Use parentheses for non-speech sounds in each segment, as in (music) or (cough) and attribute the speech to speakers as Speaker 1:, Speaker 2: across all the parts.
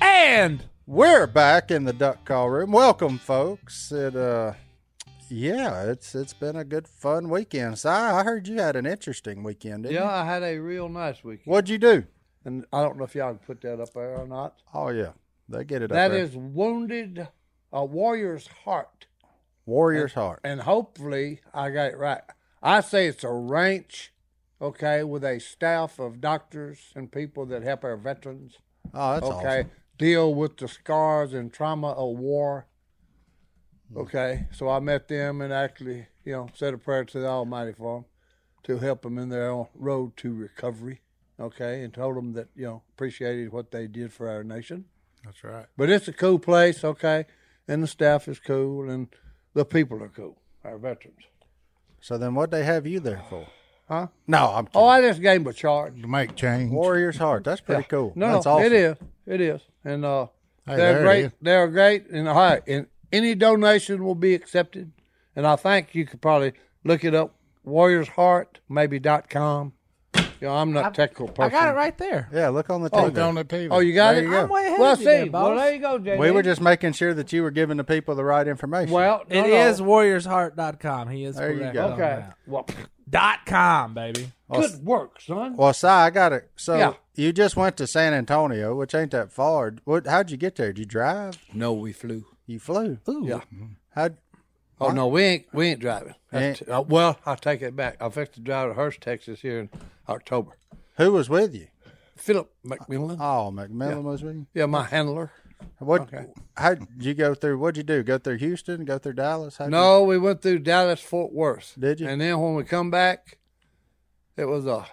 Speaker 1: And
Speaker 2: We're back in the duck call room. Welcome, folks. It uh, yeah, it's it's been a good fun weekend. Si, I heard you had an interesting weekend. Didn't
Speaker 3: Yeah,
Speaker 2: You?
Speaker 3: I had a real nice weekend.
Speaker 2: What'd you do?
Speaker 3: And I don't know if y'all can put that up there or not.
Speaker 2: Oh yeah, they get it. up
Speaker 3: That
Speaker 2: there.
Speaker 3: is Wounded a Warrior's Heart.
Speaker 2: Warrior's Heart.
Speaker 3: And hopefully I got it right. I say it's a ranch, okay, with a staff of doctors and people that help our veterans,
Speaker 2: Oh, that's
Speaker 3: okay,
Speaker 2: awesome.
Speaker 3: deal with the scars and trauma of war.
Speaker 1: Hmm.
Speaker 3: Okay, so I met them and actually, you know, said a prayer to the Almighty for them to help them in their own road to recovery, okay, and told them that, you know, appreciated what they did for our nation.
Speaker 1: that's right.
Speaker 3: But it's a cool place, okay? And the staff is cool and the people are cool, our veterans.
Speaker 2: So then, what they have you there for?
Speaker 3: Huh?
Speaker 2: No, I'm kidding.
Speaker 3: Oh, I just gave them a charge.
Speaker 1: To make change.
Speaker 2: Warrior's
Speaker 3: (laughs)
Speaker 2: Heart. That's pretty cool.
Speaker 3: No,
Speaker 2: that's
Speaker 3: no,
Speaker 2: awesome.
Speaker 3: it is. It is. And uh
Speaker 1: Hey,
Speaker 3: they're
Speaker 1: there it
Speaker 3: great.
Speaker 1: is.
Speaker 3: They're great and all right. And any donation will be accepted. And I think you could probably look it up Warriors Heart, maybe dot com. You know, I'm not a technical person.
Speaker 4: I got it right there.
Speaker 2: Yeah, look on the
Speaker 1: Oh,
Speaker 2: TV.
Speaker 1: on the TV.
Speaker 3: Oh, you got
Speaker 2: There
Speaker 3: it?
Speaker 2: you go. I'm
Speaker 4: way ahead
Speaker 3: well,
Speaker 4: of
Speaker 3: see,
Speaker 4: you there,
Speaker 3: well,
Speaker 4: boss.
Speaker 3: there you go, JD.
Speaker 2: we were just making sure that you were giving the people the right information.
Speaker 3: well,
Speaker 4: It is warriorsheart.com. He is
Speaker 2: There you
Speaker 4: correct
Speaker 2: go.
Speaker 4: on
Speaker 3: okay.
Speaker 4: that.
Speaker 3: Well,
Speaker 4: Dot com, baby.
Speaker 3: good work, son.
Speaker 2: Well, Si, I got it. So
Speaker 3: Yeah.
Speaker 2: you just went to San Antonio, which ain't that far. What? How'd you get there? Did you drive?
Speaker 3: No, we flew. Mm-hmm.
Speaker 2: You flew?
Speaker 4: Ooh.
Speaker 3: Yeah.
Speaker 2: How?
Speaker 3: Oh no, we ain't we ain't driving. That's-
Speaker 2: Ain't-
Speaker 3: uh, well, I take it back. I fixed to drive to Hearst, Texas, here in October.
Speaker 2: Who was with you?
Speaker 3: Philip McMillan,
Speaker 2: Oh, McMillan was with you.
Speaker 3: yeah, my handler.
Speaker 2: What?
Speaker 3: Okay.
Speaker 2: How would you go through? What'd you do? Go through Houston? Go through Dallas? How'd you-
Speaker 3: No, we went through Dallas, Fort Worth.
Speaker 2: Did you?
Speaker 3: And then when we come back, it was a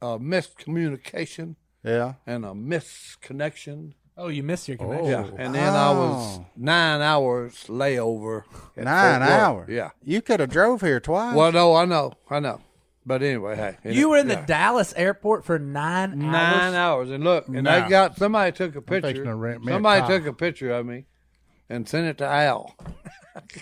Speaker 3: a miscommunication
Speaker 2: yeah.
Speaker 3: and a misconnection.
Speaker 4: Oh, you missed your connection.
Speaker 3: Yeah, and then I was nine hours layover. at
Speaker 2: Nine
Speaker 3: Fort Worth.
Speaker 2: hours.
Speaker 3: Yeah.
Speaker 2: You could have drove here twice.
Speaker 3: Well, no, I know, I know, but anyway, hey,
Speaker 4: You were in the
Speaker 3: yeah.
Speaker 4: Dallas airport for nine,
Speaker 3: nine
Speaker 4: hours.
Speaker 3: hours. And look, and
Speaker 1: Nah.
Speaker 3: they got somebody took a
Speaker 1: thinking
Speaker 3: picture.
Speaker 1: of rent me a
Speaker 3: somebody
Speaker 1: car.
Speaker 3: took a picture of me and sent it to Al.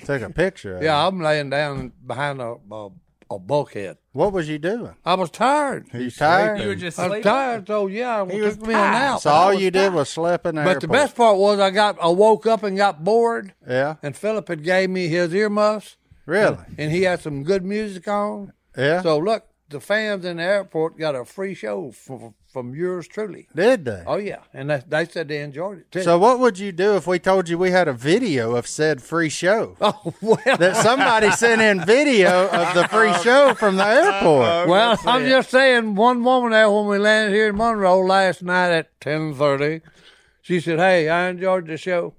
Speaker 2: Took a picture. of it.
Speaker 3: Yeah, I'm laying down behind a a, a bulkhead.
Speaker 2: What was you doing?
Speaker 3: I was tired.
Speaker 2: You tired?
Speaker 4: You were just
Speaker 3: I was
Speaker 4: sleeping.
Speaker 3: tired, so yeah, it
Speaker 4: was
Speaker 3: took me an
Speaker 4: tired.
Speaker 3: hour.
Speaker 2: so all you did was sleep in the
Speaker 3: but the best part was I got I woke up and got bored,
Speaker 2: Yeah.
Speaker 3: and Philip had gave me his earmuffs,
Speaker 2: Really?
Speaker 3: and he had some good music on.
Speaker 2: Yeah.
Speaker 3: So look, the fans in the airport got a free show from, from yours truly.
Speaker 2: did they?
Speaker 3: Oh yeah, and they, they said they enjoyed it too.
Speaker 2: So what would you do if we told you we had a video of said free show?
Speaker 3: (laughs) Oh well,
Speaker 2: That somebody sent in video of the
Speaker 3: (laughs)
Speaker 2: free
Speaker 3: Oh,
Speaker 2: show from the airport.
Speaker 3: well, I'm just saying. One woman there when we landed here in Monroe last night at ten thirty, she said, "Hey, I enjoyed the show.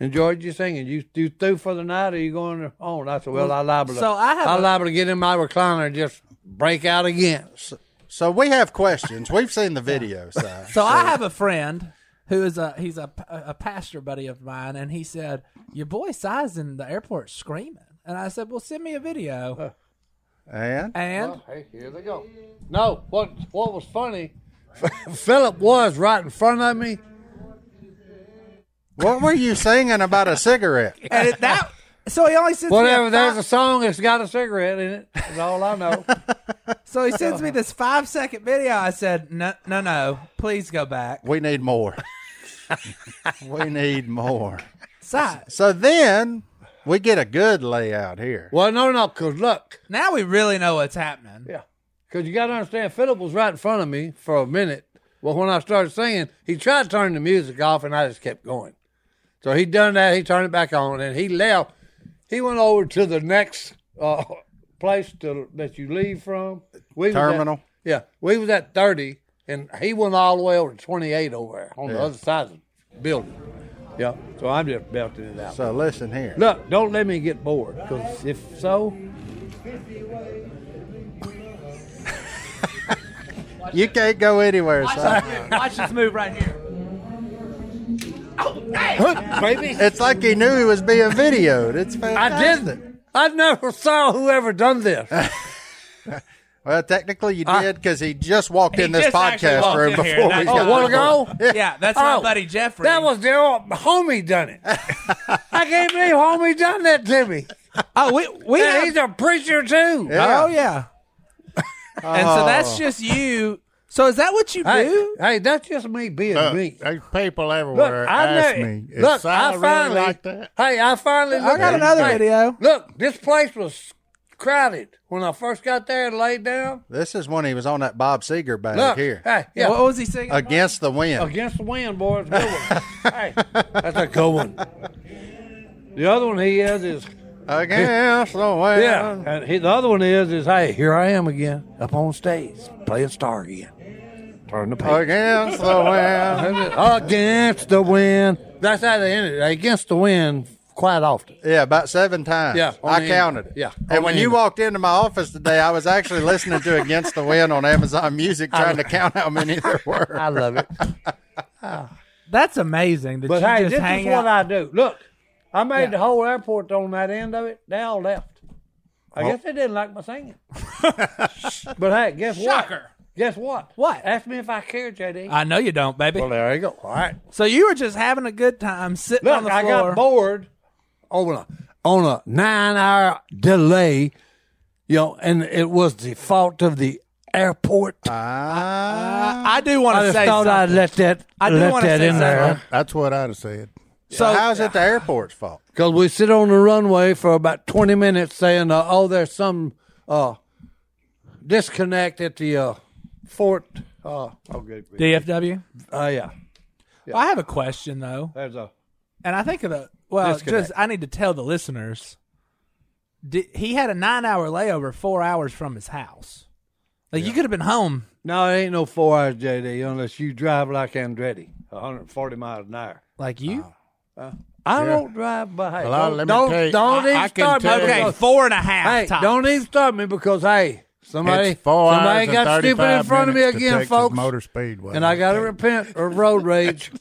Speaker 3: Enjoyed you singing. You you through for the night? Or are you going on?" I said, "Well, I liable to.
Speaker 4: so I have a-
Speaker 3: liable to get in my recliner and just break out again."
Speaker 2: So we have questions. We've seen the video, so
Speaker 4: So I have a friend who is a he's a, a pastor buddy of mine, and he said your boy size in the airport screaming, and I said, well, send me a video.
Speaker 2: and
Speaker 4: And
Speaker 3: Hey, here they go. No, what what was funny? (laughs) Philip was right in front of me.
Speaker 2: what were you singing about a cigarette?
Speaker 4: and it,
Speaker 3: (laughs)
Speaker 4: that so he only sends
Speaker 3: Whatever.
Speaker 4: Me a
Speaker 3: There's a
Speaker 4: five,
Speaker 3: song that's got a cigarette in it. That's all I know.
Speaker 4: (laughs) so
Speaker 3: (laughs)
Speaker 4: he sends me this five second video. I said, no, no, no, please go back.
Speaker 2: We need more. we need more.
Speaker 4: Side.
Speaker 2: So then we get a good layout here.
Speaker 3: well, no, no, because look.
Speaker 4: Now we really know what's happening.
Speaker 3: Yeah. Because you got to understand, Philip was right in front of me for a minute. Well, when I started singing, he tried to turn the music off, and I just kept going. So he done that. He turned it back on, and he left. He went over to the next uh, (laughs) place to, that you leave from. We was at-
Speaker 2: Terminal?
Speaker 3: yeah, we was at thirty, and he went all the way over to twenty eight over there on the
Speaker 2: Yeah.
Speaker 3: other side of the building. Yeah. So I'm just belting it out.
Speaker 2: So listen here.
Speaker 3: Look, don't let me get bored, because if so, (laughs)
Speaker 2: You can't go anywhere, so
Speaker 4: (laughs) Watch this move right here.
Speaker 3: baby.
Speaker 2: it's like he knew he was being videoed. It's
Speaker 3: I
Speaker 2: fantastic.
Speaker 3: didn't. I never saw whoever done this.
Speaker 2: Well, technically you did because he just walked
Speaker 4: He
Speaker 2: in this
Speaker 4: just actually
Speaker 2: podcast
Speaker 4: walked
Speaker 2: room
Speaker 4: in here,
Speaker 2: before we
Speaker 4: that's
Speaker 2: got
Speaker 3: Oh, one
Speaker 2: recording.
Speaker 3: ago?
Speaker 4: Yeah, that's my
Speaker 3: Oh,
Speaker 4: buddy Jeffrey.
Speaker 3: That was their old homie done it. I can't believe homie done that to me.
Speaker 4: Oh, we we
Speaker 3: Yeah,
Speaker 4: have,
Speaker 3: he's a preacher too.
Speaker 4: oh yeah.
Speaker 1: And so that's just you.
Speaker 4: So is that what you
Speaker 3: Oh. Hey,
Speaker 4: do?
Speaker 3: hey, that's just me being
Speaker 5: Look,
Speaker 3: me.
Speaker 5: there's people
Speaker 3: Look,
Speaker 5: everywhere
Speaker 3: I
Speaker 5: ask
Speaker 3: know.
Speaker 5: me. Is
Speaker 3: look,
Speaker 5: Si
Speaker 3: I finally.
Speaker 5: really like that?
Speaker 3: Hey, I finally.
Speaker 4: I
Speaker 3: looked at-
Speaker 4: got another
Speaker 3: hey,
Speaker 4: video.
Speaker 3: Look, this place was crowded when I first got there and laid down.
Speaker 2: This is when he was on that Bob Seger bag
Speaker 3: Look
Speaker 2: here.
Speaker 3: Hey, yeah,
Speaker 4: What was he singing?
Speaker 2: Against the wind.
Speaker 3: against the wind, boy. It's a good one. hey, that's a good one. The other one he is is
Speaker 2: Against the wind.
Speaker 3: yeah, and he, the other one is is hey, here I am again up on stage playing star again. Turn the page. (laughs)
Speaker 2: Against the wind.
Speaker 3: against the wind. That's how they ended. it. Against the wind, quite often.
Speaker 2: Yeah, about seven times.
Speaker 3: Yeah, on
Speaker 2: I
Speaker 3: the end.
Speaker 2: counted it.
Speaker 3: Yeah, on
Speaker 2: And when
Speaker 3: the
Speaker 2: you
Speaker 3: end.
Speaker 2: walked into my office today, I was actually listening to Against the Wind on Amazon Music, trying to count how many
Speaker 3: (laughs)
Speaker 2: there were.
Speaker 3: I love it.
Speaker 4: That's amazing that
Speaker 3: But
Speaker 4: you
Speaker 3: hey,
Speaker 4: just
Speaker 3: this
Speaker 4: hang
Speaker 3: is
Speaker 4: out.
Speaker 3: what I do. Look, I made
Speaker 4: Yeah.
Speaker 3: the whole airport on that end of it. They all left. I guess they didn't like my singing. (laughs) but hey, guess what?
Speaker 4: Shocker.
Speaker 3: Guess what?
Speaker 4: What?
Speaker 3: Ask me if I care, JD.
Speaker 4: I know you don't, baby.
Speaker 3: well, there you go. All right.
Speaker 4: So you were just having a good time sitting on
Speaker 3: Look,
Speaker 4: the
Speaker 3: I
Speaker 4: floor.
Speaker 3: got bored over a, on a nine hour delay, you know, and it was the fault of the airport.
Speaker 4: Uh, I do want
Speaker 3: I
Speaker 4: to
Speaker 3: just
Speaker 4: say
Speaker 3: thought
Speaker 4: something.
Speaker 3: I'd let that
Speaker 4: I do
Speaker 3: let
Speaker 4: wanna
Speaker 3: that
Speaker 4: say
Speaker 3: in there
Speaker 4: something.
Speaker 5: That's what I'd have said.
Speaker 2: so how's it the airport's fault?
Speaker 3: because we sit on the runway for about twenty minutes saying, uh, "Oh, there's some uh, disconnect at the uh, fort." Uh, oh, good.
Speaker 4: DFW.
Speaker 3: Uh, yeah,
Speaker 4: Well, I have a question though,
Speaker 3: there's a
Speaker 4: and I think of the well,
Speaker 3: Disconnect.
Speaker 4: just I need to tell the listeners. Did, he had a nine-hour layover, four hours from his house. Like you could have been home.
Speaker 3: no. It ain't no four hours, JD, unless you drive like Andretti, 140 miles an hour.
Speaker 4: Like you.
Speaker 3: I don't drive by.
Speaker 5: Well, I'll-
Speaker 3: don't
Speaker 5: let me
Speaker 3: don't,
Speaker 5: tell you,
Speaker 3: don't
Speaker 5: I-
Speaker 3: even
Speaker 5: I can
Speaker 3: start me.
Speaker 5: tell you-
Speaker 4: okay,
Speaker 3: because-
Speaker 4: four and a half.
Speaker 3: hey,
Speaker 4: tops.
Speaker 3: don't e- even start me because hey, somebody
Speaker 5: It's four
Speaker 3: somebody
Speaker 5: hours
Speaker 3: got
Speaker 5: and
Speaker 3: stupid in
Speaker 5: 35
Speaker 3: front of me
Speaker 5: minutes to
Speaker 3: again,
Speaker 5: Texas
Speaker 3: folks,
Speaker 5: Motor Speedway.
Speaker 3: and I got to repent of road (laughs) rage.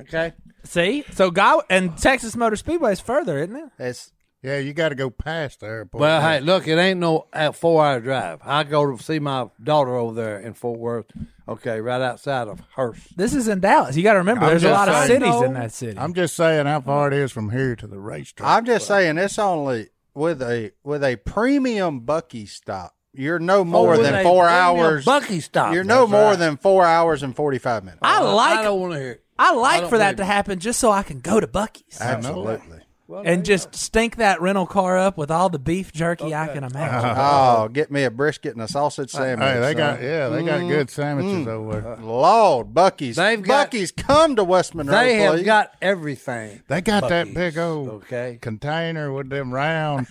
Speaker 3: Okay.
Speaker 4: see. So God and Texas Motor Speedway is further, isn't it?
Speaker 2: It's
Speaker 5: Yeah, you got to go past the airport.
Speaker 3: Well, hey, look, it ain't no four hour drive. I go to see my daughter over there in Fort Worth. Okay, right outside of Hearst.
Speaker 4: This is in Dallas. You got to remember,
Speaker 5: I'm
Speaker 4: there's a
Speaker 5: just
Speaker 4: lot of
Speaker 5: saying.
Speaker 4: cities
Speaker 3: No.
Speaker 4: in that city.
Speaker 5: I'm just saying how far it is from here to the racetrack.
Speaker 2: I'm just saying it's only with a with a premium Bucky stop. You're no more
Speaker 3: Oh, with
Speaker 2: than
Speaker 3: a
Speaker 2: four
Speaker 3: premium
Speaker 2: hours.
Speaker 3: Bucky stop.
Speaker 2: You're no
Speaker 3: That's
Speaker 2: more
Speaker 3: right.
Speaker 2: than four hours and forty five minutes.
Speaker 4: I like
Speaker 3: I don't want to hear. It.
Speaker 4: I like
Speaker 3: don't
Speaker 4: for that
Speaker 3: believe
Speaker 4: to
Speaker 3: it.
Speaker 4: happen just so I can go to Bucky's
Speaker 2: Absolutely.
Speaker 4: and just stink that rental car up with all the beef jerky I can imagine.
Speaker 2: Oh, get me a brisket and a sausage sandwich.
Speaker 5: Hey, they
Speaker 2: son.
Speaker 5: got
Speaker 3: uh,
Speaker 5: yeah, they
Speaker 3: mm,
Speaker 5: got good sandwiches over there.
Speaker 2: Lord, Bucky's.
Speaker 3: They've got-
Speaker 2: Bucky's come to West Monroe.
Speaker 3: They have
Speaker 2: please.
Speaker 3: got everything.
Speaker 5: They got
Speaker 3: Buc-ee's,
Speaker 5: that big old
Speaker 3: okay.
Speaker 5: container with them round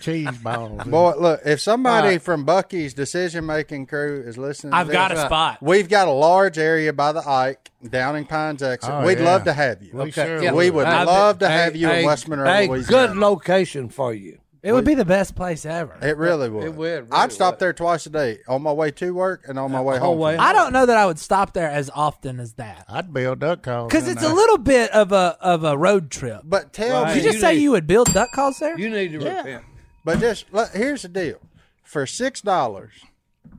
Speaker 3: (laughs)
Speaker 5: cheese balls. in
Speaker 2: Boy, look, if somebody
Speaker 3: Alright.
Speaker 2: from Bucky's decision making crew is listening, to
Speaker 4: I've
Speaker 2: this,
Speaker 4: got a spot.
Speaker 2: We've got a large area by the Ike down in Pines Exit.
Speaker 5: Oh,
Speaker 2: We'd
Speaker 5: yeah.
Speaker 2: love to have you.
Speaker 5: it. We sure
Speaker 3: yeah.
Speaker 2: We would
Speaker 3: I-
Speaker 2: love to
Speaker 3: hey,
Speaker 2: have you
Speaker 3: hey,
Speaker 2: in West Monroe,
Speaker 3: hey,
Speaker 2: Louisiana.
Speaker 3: good location for you.
Speaker 4: It would be the best place ever.
Speaker 2: It really would.
Speaker 3: It would,
Speaker 2: I'd
Speaker 3: really
Speaker 2: stop
Speaker 3: would.
Speaker 2: there twice a day on my way to work and on my way
Speaker 3: whole
Speaker 2: home.
Speaker 3: way.
Speaker 4: I don't know that I would stop there as often as that
Speaker 5: I'd build duck calls
Speaker 4: because
Speaker 5: in
Speaker 4: it's a
Speaker 5: there.
Speaker 4: little bit of a of a road trip.
Speaker 2: But tell
Speaker 3: Right.
Speaker 2: me,
Speaker 4: Did you just
Speaker 3: you
Speaker 4: say
Speaker 3: need-
Speaker 4: you would build duck calls there?
Speaker 3: You need to repent.
Speaker 2: but just look, here's the deal: for six dollars,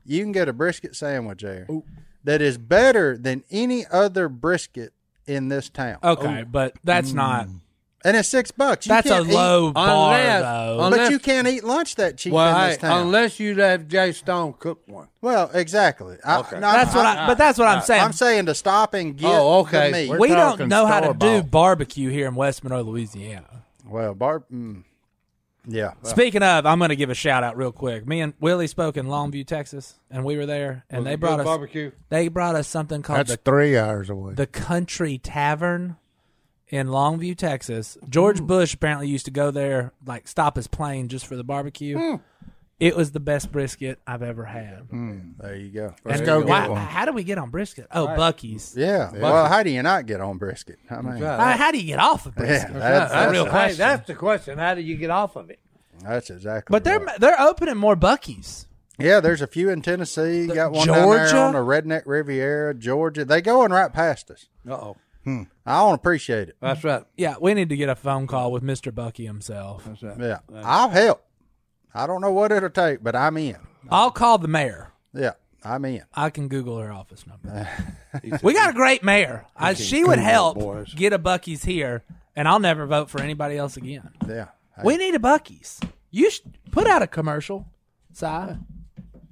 Speaker 2: you can get a brisket sandwich there that is better than any other brisket in this town,
Speaker 4: okay, but that's not.
Speaker 2: and it's six bucks. You
Speaker 4: That's a
Speaker 2: can't eat-
Speaker 4: low bar
Speaker 3: Unless-
Speaker 4: though.
Speaker 3: un-
Speaker 2: but
Speaker 3: Unless-
Speaker 2: you can't eat lunch that cheap
Speaker 3: Well,
Speaker 2: in
Speaker 3: hey,
Speaker 2: this town.
Speaker 3: unless you have Jay Stone cook one.
Speaker 2: well, exactly. I,
Speaker 3: Okay.
Speaker 2: no,
Speaker 4: that's what
Speaker 2: I,
Speaker 4: I. But that's what I'm saying.
Speaker 2: am Uh, saying to stop and get
Speaker 3: Oh, okay.
Speaker 2: the meat.
Speaker 5: We're
Speaker 4: we don't
Speaker 5: talking
Speaker 4: know how to do
Speaker 5: store-bought.
Speaker 4: barbecue here in West Monroe, Louisiana.
Speaker 2: Well, Barb, mm, yeah.
Speaker 4: Speaking of, I'm going to give a shout out real quick. Me and Willie spoke in Longview, Texas, and we were there, and they brought us
Speaker 3: barbecue.
Speaker 4: they brought us something called
Speaker 5: That's
Speaker 4: the,
Speaker 5: three hours away.
Speaker 4: the Country Tavern in Longview, Texas.
Speaker 2: Mm.
Speaker 4: George Bush apparently used to go there, like stop his plane just for the barbecue.
Speaker 2: Mm.
Speaker 4: It was the best brisket I've ever had.
Speaker 2: There you go.
Speaker 5: Let's
Speaker 4: And
Speaker 5: go
Speaker 4: why-
Speaker 5: get one.
Speaker 4: How do we get on brisket? Oh, Bucky's.
Speaker 2: Yeah. Well, how do you not get on brisket? I mean, yeah,
Speaker 4: Uh, how do you get off of brisket?
Speaker 2: that's, that's,
Speaker 3: That's,
Speaker 4: real
Speaker 3: hey,
Speaker 4: question.
Speaker 3: that's the question. How do you get off of it?
Speaker 2: that's exactly.
Speaker 4: But they're
Speaker 2: right.
Speaker 4: they're opening more Bucky's.
Speaker 2: yeah, there's a few in Tennessee. got one down
Speaker 4: Georgia?
Speaker 2: there on the Redneck Riviera, Georgia. They going right past us. Hmm.
Speaker 3: Uh oh.
Speaker 2: I don't appreciate it.
Speaker 3: That's right.
Speaker 4: Yeah, we need to get a phone call with Mr. Bucky himself.
Speaker 2: Yeah,
Speaker 4: Uh,
Speaker 2: I'll help. I don't know what it'll take, but I'm in.
Speaker 4: I'll call the mayor.
Speaker 2: Yeah, I'm in.
Speaker 4: I can Google her office number.
Speaker 3: (laughs)
Speaker 4: we got a great mayor. I, she would help
Speaker 3: boys.
Speaker 4: get a Bucky's here, and I'll never vote for anybody else again.
Speaker 2: Yeah.
Speaker 4: We need a Bucky's. You sh- put out a commercial, Si.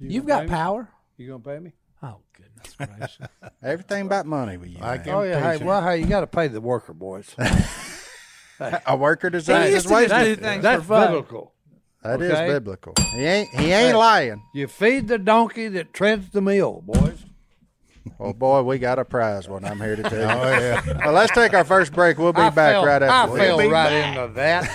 Speaker 4: You've got power.
Speaker 3: You gonna pay me?
Speaker 4: Oh goodness gracious!
Speaker 2: Everything about money with you.
Speaker 5: Like
Speaker 2: man.
Speaker 3: Oh yeah. Hey,
Speaker 5: Temptation.
Speaker 3: well, hey, you got to pay the worker, boys.
Speaker 2: a worker designs
Speaker 4: he
Speaker 2: his
Speaker 4: used to
Speaker 2: wages.
Speaker 4: just do
Speaker 2: That
Speaker 4: things for
Speaker 3: That's
Speaker 4: fun.
Speaker 3: biblical.
Speaker 2: is
Speaker 3: okay.
Speaker 2: biblical. He ain't he ain't lying.
Speaker 3: You feed the donkey that treads the meal, boys.
Speaker 2: Well, Oh, boy, we got a prize one. I'm here to tell you.
Speaker 5: (laughs) Oh yeah.
Speaker 2: well, let's take our first break. We'll be
Speaker 3: I
Speaker 2: back
Speaker 3: fell,
Speaker 2: right after.
Speaker 3: I
Speaker 2: this.
Speaker 3: fell right into that.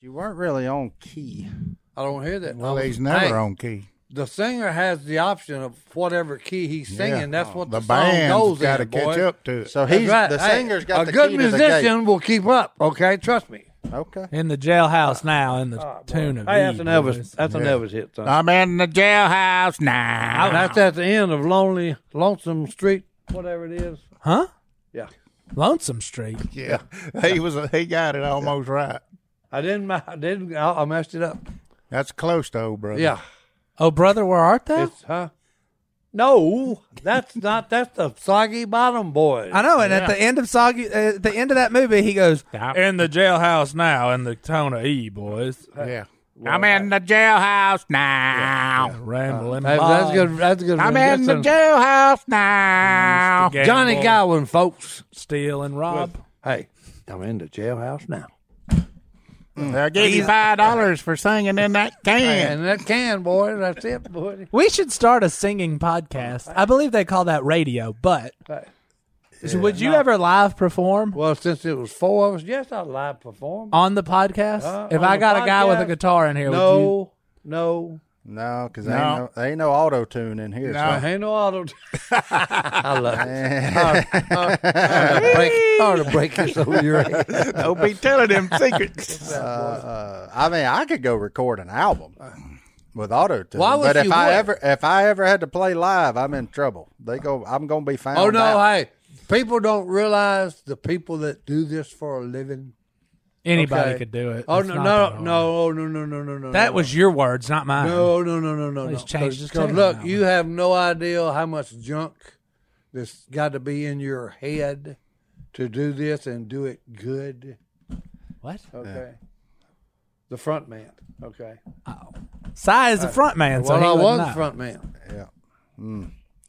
Speaker 2: You weren't really on key.
Speaker 3: I don't hear that.
Speaker 5: Well,
Speaker 3: I
Speaker 5: he's
Speaker 3: was-
Speaker 5: never
Speaker 3: hey,
Speaker 5: on key.
Speaker 3: The singer has the option of whatever key he's singing. That's what the,
Speaker 5: The
Speaker 3: song goes
Speaker 5: band's got to
Speaker 3: in, boy.
Speaker 5: catch up to it.
Speaker 2: So
Speaker 3: That's
Speaker 2: he's
Speaker 3: right.
Speaker 2: the
Speaker 3: Hey,
Speaker 2: singer's got
Speaker 3: a
Speaker 2: the
Speaker 3: good
Speaker 2: key to the
Speaker 3: musician
Speaker 2: gate.
Speaker 3: will keep up. Okay, trust me.
Speaker 2: Okay.
Speaker 4: (laughs) In the jailhouse now, in the tune of
Speaker 3: Oh, Hey, that's
Speaker 4: Eve,
Speaker 3: an
Speaker 4: boys.
Speaker 3: Elvis. That's an Elvis hit. Son.
Speaker 5: I'm in the jailhouse now.
Speaker 3: Ah, And Oh, that's at the end of Lonely Lonesome Street, whatever it is.
Speaker 4: huh?
Speaker 3: Yeah,
Speaker 4: Lonesome Street.
Speaker 5: (laughs) Yeah, he was. He got it almost right.
Speaker 3: I didn't. ma- I didn't. I, I messed it up.
Speaker 5: That's close to old brother.
Speaker 3: Yeah,
Speaker 4: Oh brother, where art thou?
Speaker 3: it's huh. No, that's not. That's the Soggy Bottom Boys.
Speaker 4: I know, and at the end of Soggy, uh, at the end of that movie, he goes in the jailhouse now in the tone of E boys,
Speaker 5: yeah. I'm in the jailhouse now.
Speaker 4: rambling.
Speaker 3: Hey, that's good. That's good.
Speaker 5: I'm
Speaker 3: that's
Speaker 5: in the
Speaker 3: a- Mm-hmm.
Speaker 5: jailhouse now.
Speaker 3: Johnny Gowan, folks.
Speaker 4: Steele and Rob.
Speaker 3: Hey, I'm in the jailhouse now.
Speaker 5: They'll give you five dollars for singing in that can.
Speaker 3: And that can, boy. That's it, boy.
Speaker 4: We should start a singing podcast. I believe they call that radio, but
Speaker 3: Hey.
Speaker 4: would you ever live perform
Speaker 3: Well, since it was four of us, yes, I live perform.
Speaker 4: on the podcast?
Speaker 3: Uh,
Speaker 4: if
Speaker 3: on
Speaker 4: I
Speaker 3: the
Speaker 4: got a guy with a
Speaker 3: podcast?
Speaker 4: guitar in here, would you?
Speaker 3: No, no,
Speaker 2: No, because
Speaker 5: No.
Speaker 2: ain't no, ain't no auto tune in here.
Speaker 5: No.
Speaker 2: so-
Speaker 3: ain't no auto. Oh. (laughs) I love it. Hard to break, hard to break it so you're.
Speaker 5: Don't be telling them secrets.
Speaker 2: Uh, I mean, I could go record an album with auto tune,
Speaker 3: Why would
Speaker 2: but if
Speaker 3: you
Speaker 2: I
Speaker 3: would?
Speaker 2: ever if I ever had to play live, I'm in trouble. They go, I'm gonna be
Speaker 3: (laughs)
Speaker 2: found.
Speaker 3: Oh no!
Speaker 2: out.
Speaker 3: Hey, people don't realize the people that do this for a living.
Speaker 4: Anybody
Speaker 3: Okay.
Speaker 4: could do it.
Speaker 3: Oh
Speaker 4: It's
Speaker 3: no!
Speaker 4: not
Speaker 3: No!
Speaker 4: that
Speaker 3: No!
Speaker 4: hard.
Speaker 3: No! No! No! No! No! no,
Speaker 4: That
Speaker 3: no.
Speaker 4: was your words, not mine.
Speaker 3: No, no, no, no, no.
Speaker 4: He's
Speaker 3: no.
Speaker 4: changed his
Speaker 3: 'Cause
Speaker 4: tune on
Speaker 3: look,
Speaker 4: that
Speaker 3: you have no idea how much junk that's got to be in your head to do this and do it good.
Speaker 4: What?
Speaker 3: Okay. The front man. Okay.
Speaker 4: Cy is the front man, so
Speaker 3: Uh, well,
Speaker 4: he
Speaker 3: I
Speaker 4: wouldn't
Speaker 3: was
Speaker 4: know.
Speaker 3: the front man.